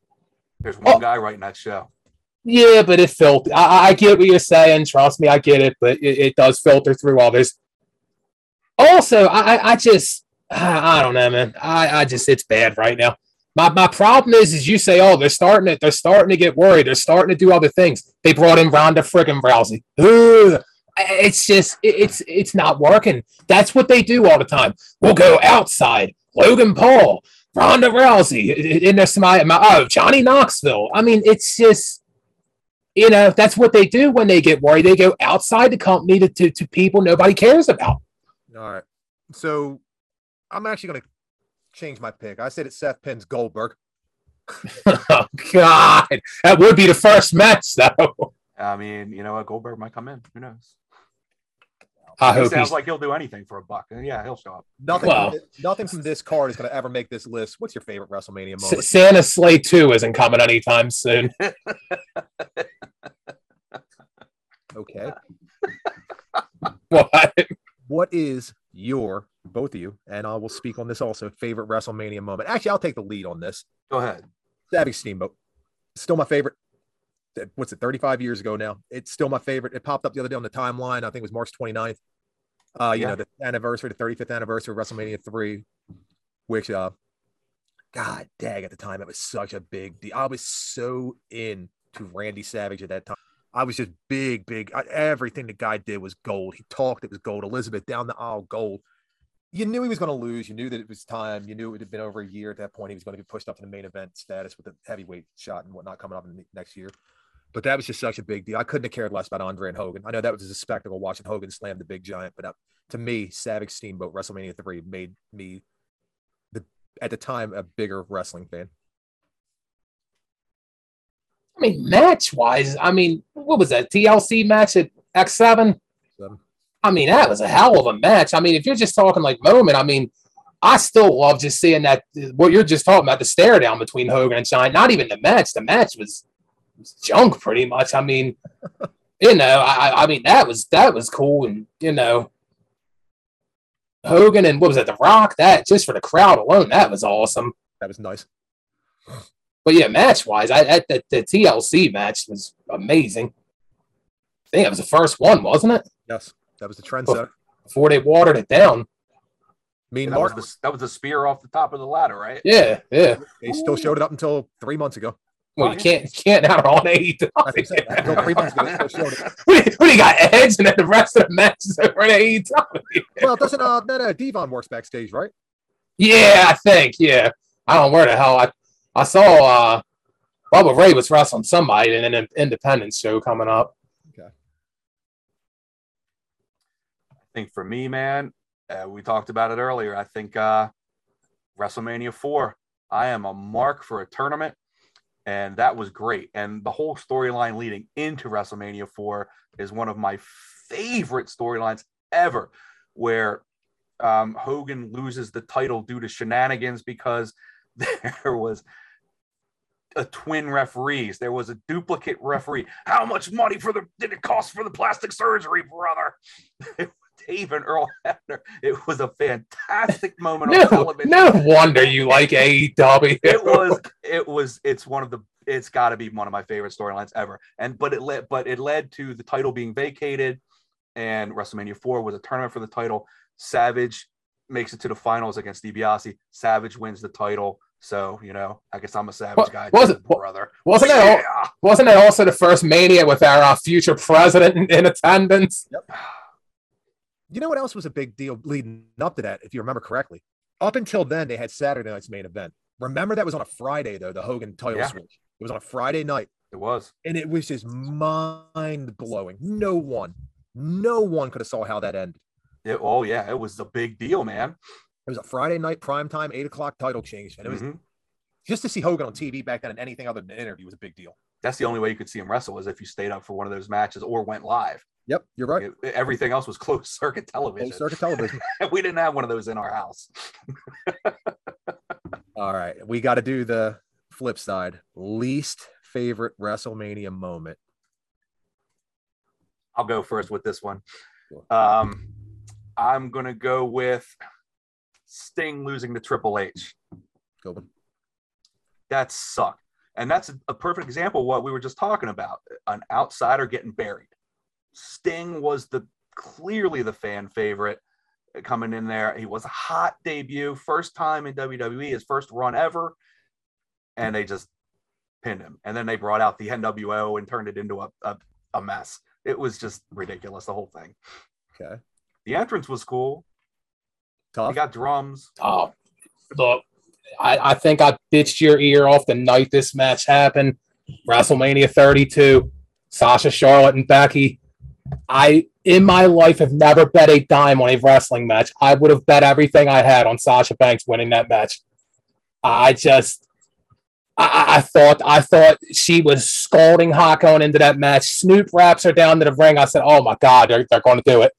B: There's one
C: Oh.
B: guy writing that show.
C: Yeah, but it filters. I, I get what you're saying. Trust me, I get it. But it, it does filter through all this. Also, I, I- I just, [SIGHS] I, I don't know, man. I, I just, it's bad right now. My, my problem is, is you say, oh, they're starting it. They're starting to get worried. They're starting to do other things. They brought in Ronda friggin' Rousey. Ugh. I- It's just, it, it's, it's not working. That's what they do all the time. We'll go outside. Logan Paul, Ronda Rousey, in there's somebody, my, oh, Johnny Knoxville. I mean, it's just you know that's what they do when they get worried they go outside the company to, to, to people nobody cares about [LAUGHS]
A: All right. So I'm actually gonna change my pick. I said it's Seth Penn's Goldberg.
C: oh god that would be the first match though [LAUGHS]
B: I mean, you know what? Goldberg might come in. Who knows?
C: i
B: He
C: hope
B: sounds
C: he's
B: like he'll do anything for a buck. And yeah, he'll show up.
A: Nothing
C: Wow.
A: from thi- nothing from this card is gonna ever make this list. What's your favorite WrestleMania moment?
C: S- santa slay 2 isn't coming anytime soon [LAUGHS]
A: Okay.
C: what
A: What is your both of you, and I will speak on this also, favorite WrestleMania moment. Actually, I'll take the lead on this.
B: Go ahead.
A: Savage Steamboat. Still my favorite. That- What's it, 35 years ago now? It's still my favorite. It popped up the other day on the timeline. I think it was March 29th. Uh, you
B: Yeah.
A: know, the anniversary, the 35th anniversary of WrestleMania 3, which, uh, God dang, at the time, it was such a big deal. I was so in to Randy Savage at that time. I was just big, big. I, everything the guy did was gold. He talked, it was gold. Elizabeth down the aisle, gold. You knew he was going to lose. You knew that it was time. You knew it had been over a year at that point. He was going to be pushed up to the main event status with the heavyweight shot and whatnot coming up in the next year. But that was just such a big deal. I couldn't have cared less about Andre and Hogan. I know that was a spectacle watching Hogan slam the big giant, but uh, to me, Savage Steamboat WrestleMania three made me the at the time a bigger wrestling fan.
C: i mean match wise i mean what was that tlc match at x7
A: So,
C: i mean that was a hell of a match i mean if you're just talking like moment i mean I still love just seeing that what you're just talking about the stare down between Hogan and Shine. Not even the match. The match was was junk pretty much. I mean, you know, I, I- I mean that was that was cool, and you know, Hogan and what was it, The Rock? That just for the crowd alone, that was awesome.
A: that was nice.
C: But yeah, match wise, I that the, the TLC match was amazing. I think it was the first one, wasn't it?
A: Yes, that was the trend set.
C: Before they watered it down.
A: Me and
B: That was,
A: Mark,
B: the, that was the spear off the top of the ladder, right?
C: Yeah, yeah.
A: they still showed it up until three months ago.
C: Well, you can't you can't out on E
A: That's what I'm
C: AEW. [LAUGHS]
A: saying. Until three months ago, they still showed [LAUGHS] it.
C: what, do you, what do you got Edge and then the rest of the matches over at AEW?
A: Well, doesn't uh, no, no, Devon works backstage, right?
C: Yeah, I think. Yeah, I don't know where the hell I I saw. uh Bubba Ray was wrestling somebody in an independence show coming up.
B: I think for me, man, uh, we talked about it earlier. I think uh, WrestleMania 4, I am a mark for a tournament. And that was great. And the whole storyline leading into WrestleMania 4 is one of my favorite storylines ever, where um, Hogan loses the title due to shenanigans because [LAUGHS] there was a twin referees. There was a duplicate referee. How much money for the did it cost for the plastic surgery, brother? [LAUGHS] Dave and Earl Hebner. It was a fantastic moment on
C: No,
B: television.
C: no wonder you like E AEW.
B: It
C: [LAUGHS]
B: was it was it's one of the it's got to be one of my favorite storylines ever. And but it led but it led to the title being vacated, and WrestleMania four was a tournament for the title. Savage makes it to the finals against DiBiase. Savage wins the title. So you know, I guess I'm a savage
C: What-
B: guy,
C: was it- what-
B: brother?
C: Wasn't
B: yeah.
C: that wasn't that also the first Mania with our uh, future president in, in attendance?
A: You know what else was a big deal leading up to that, if you remember correctly? Up until then, they had Saturday night's main event. Remember that was on a Friday, though, the Hogan title
B: Yeah.
A: switch. It was on a Friday night,
B: It was.
A: and it was just mind blowing. No one, no one could have saw how that ended.
B: It, oh yeah, it was the big deal, man.
A: It was a Friday night primetime, eight o'clock title change. And it was
B: Mhm.
A: just to see Hogan on TV back then and anything other than an interview was a big deal.
B: That's the only way you could see him wrestle was if you stayed up for one of those matches or went live.
A: Yep, you're right.
B: It- everything else was [LAUGHS] closed circuit television.
A: Closed
B: [LAUGHS]
A: circuit television.
B: we didn't have one of those in our house.
A: All right, we got to do the flip side. Least favorite WrestleMania moment.
B: I'll go first with this one.
A: Sure.
B: Um, I'm gonna go with Sting losing to Triple H.
A: Go on.
B: That sucked, and that's a perfect example of what we were just talking about: an outsider getting buried. Sting was the clearly the fan favorite coming in there. He was a hot debut, first time in WWE, his first run ever, and they just pinned him. And then they brought out the NWO and turned it into a, a, a mess. It was just ridiculous, the whole thing.
A: Okay.
B: The entrance was cool. They
A: Tough.
B: got drums.
C: Oh, look, I, I think I bitched your ear off the night this match happened. WrestleMania 32, Sasha, Charlotte, and Becky. I, in my life, have never bet a dime on a wrestling match. I would have bet everything I had on Sasha Banks winning that match. I just, I- I, I thought, I thought she was scalding hot going into that match. Snoop wraps her down to the ring. I said, "Oh my God, they're, they're going to do it."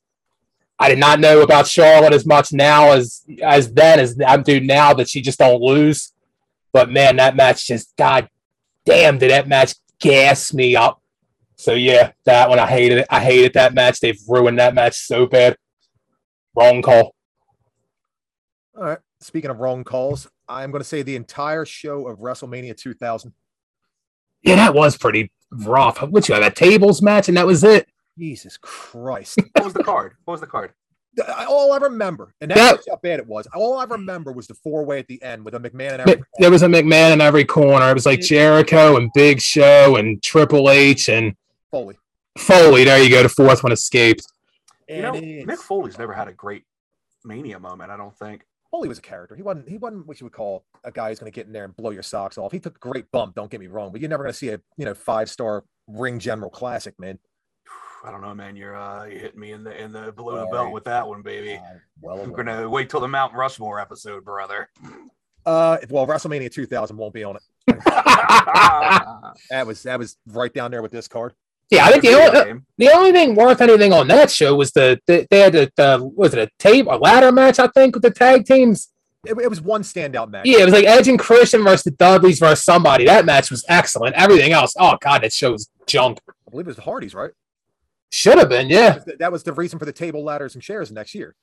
C: I did not know about Charlotte as much now as as then as I do now that she just don't lose. But man, that match just god damn did that match gas me up. So yeah, that one I hated it. I hated that match. They've ruined that match so bad. Wrong call.
A: All right. Speaking of wrong calls, I'm going to say the entire show of WrestleMania 2000.
C: Yeah, that was pretty rough. What you have a tables match and that was it.
A: Jesus Christ.
B: What was the card? What was the card?
A: Th- I- All I remember, and
C: That-
A: that's how bad it was. All I remember was the four way at the end with a McMahon and
C: But
A: everything.
C: There was a McMahon in every corner. It was like Jericho and Big Show and Triple H and
A: Foley.
C: Foley. There you go. The fourth one escaped. [LAUGHS]
B: You know,
A: And it's-
B: Mick Foley's never had a great mania moment, I don't think. [SIGHS]
A: Foley was a character. He wasn't. He wasn't what you would call a guy who's going to get in there and blow your socks off. He took a great bump. Don't get me wrong, but you're never going to see a you know five star ring general classic, man.
B: I don't know, man. You're uh, you hitting me in the in the below the
A: Sorry.
B: belt with that one, baby.
A: Uh, well,
B: I'm
A: aware.
B: gonna wait till the Mount Rushmore episode, brother.
A: uh, well, WrestleMania 2000 won't be on it. That was that was right down there with this card.
C: Yeah, I think the only,
B: Game.
C: The only thing worth anything on that show was the, the they had the, the was it a tape a ladder match I think with the tag teams.
A: It, it was one standout match.
C: Yeah, it was like Edge and Christian versus the Dudleys versus somebody. That match was excellent. Everything else, oh god, that show was junk.
A: I believe it was the Hardys, right?
C: Should have been, yeah.
A: That- That was the reason for the table ladders and chairs next year.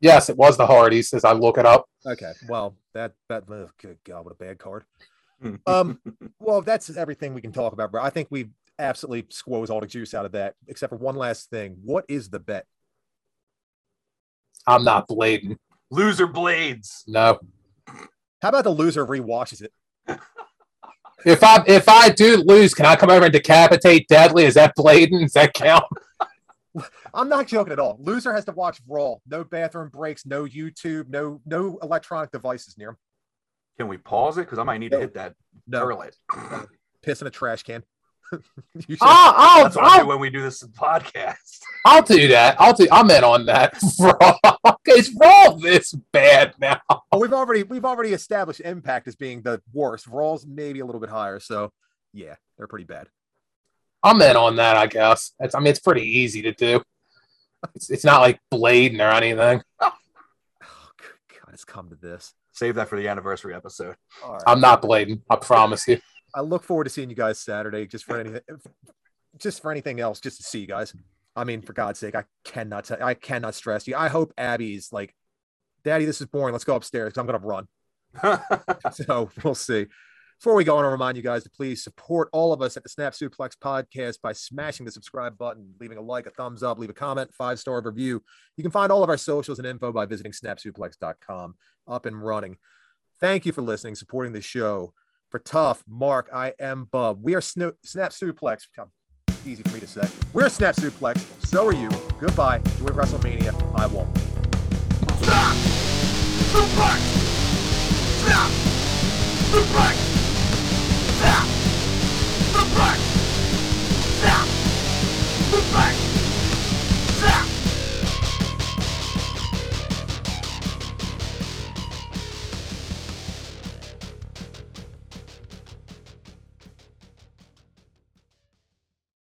C: Yes, it was the Hardys. As I look it up,
A: Okay. Well, that that oh, good God, what a bad card.
C: [LAUGHS]
B: Hmm.
A: Um, well, that's everything we can talk about, bro. I think we absolutely squoze all the juice out of that, except for one last thing. What is the bet?
C: I'm not blading.
B: [LAUGHS] Loser blades.
C: No,
A: How about the loser rewatches it?
C: if I if I do lose, can I come over and decapitate Dudley? Is that blading? Does that count?
A: I'm not joking at all. Loser has to watch Raw. No bathroom breaks, no YouTube, no no electronic devices near him.
B: Can we pause it? Because I might need to hit that
A: No
B: toilet.
C: Oh,
A: piss in a trash can. [LAUGHS] you should,
C: [LAUGHS] I'll, I'll,
B: That's what I do
C: I'll,
B: when we do this [LAUGHS] podcast.
C: I'll do that. I'll do. I'm in on that. [LAUGHS] it's raw this bad now.
A: well, we've already we've already established Impact as being the worst. Raw's maybe a little bit higher, so yeah, they're pretty bad.
C: I'm in on that, I guess. It's, I mean, it's pretty easy to do. It's, it's not like blading or anything.
A: Oh, good God, it's come to this.
B: Save that for the anniversary episode. [LAUGHS]
A: All right.
C: I'm not blading. I promise you.
A: I look forward to seeing you guys Saturday just for anything just for anything else, just to see you guys. I mean, for God's sake, I cannot tell I cannot stress you. I hope Abby's like, Daddy, this is boring. Let's go upstairs 'cause I'm gonna run. [LAUGHS] so we'll see. Before we go, I want to remind you guys to please support all of us at the Snap Suplex Podcast by smashing the subscribe button, leaving a like, a thumbs up, leave a comment, five star review. You can find all of our socials and info by visiting snapsuplex.com. Up and running. Thank you for listening, supporting the show. For Tough, Mark, I am Bub. We are Sno- Snap Suplex. Come, Easy for me to say. We're Snap Suplex. So are you. Goodbye. Enjoy WrestleMania. I won't.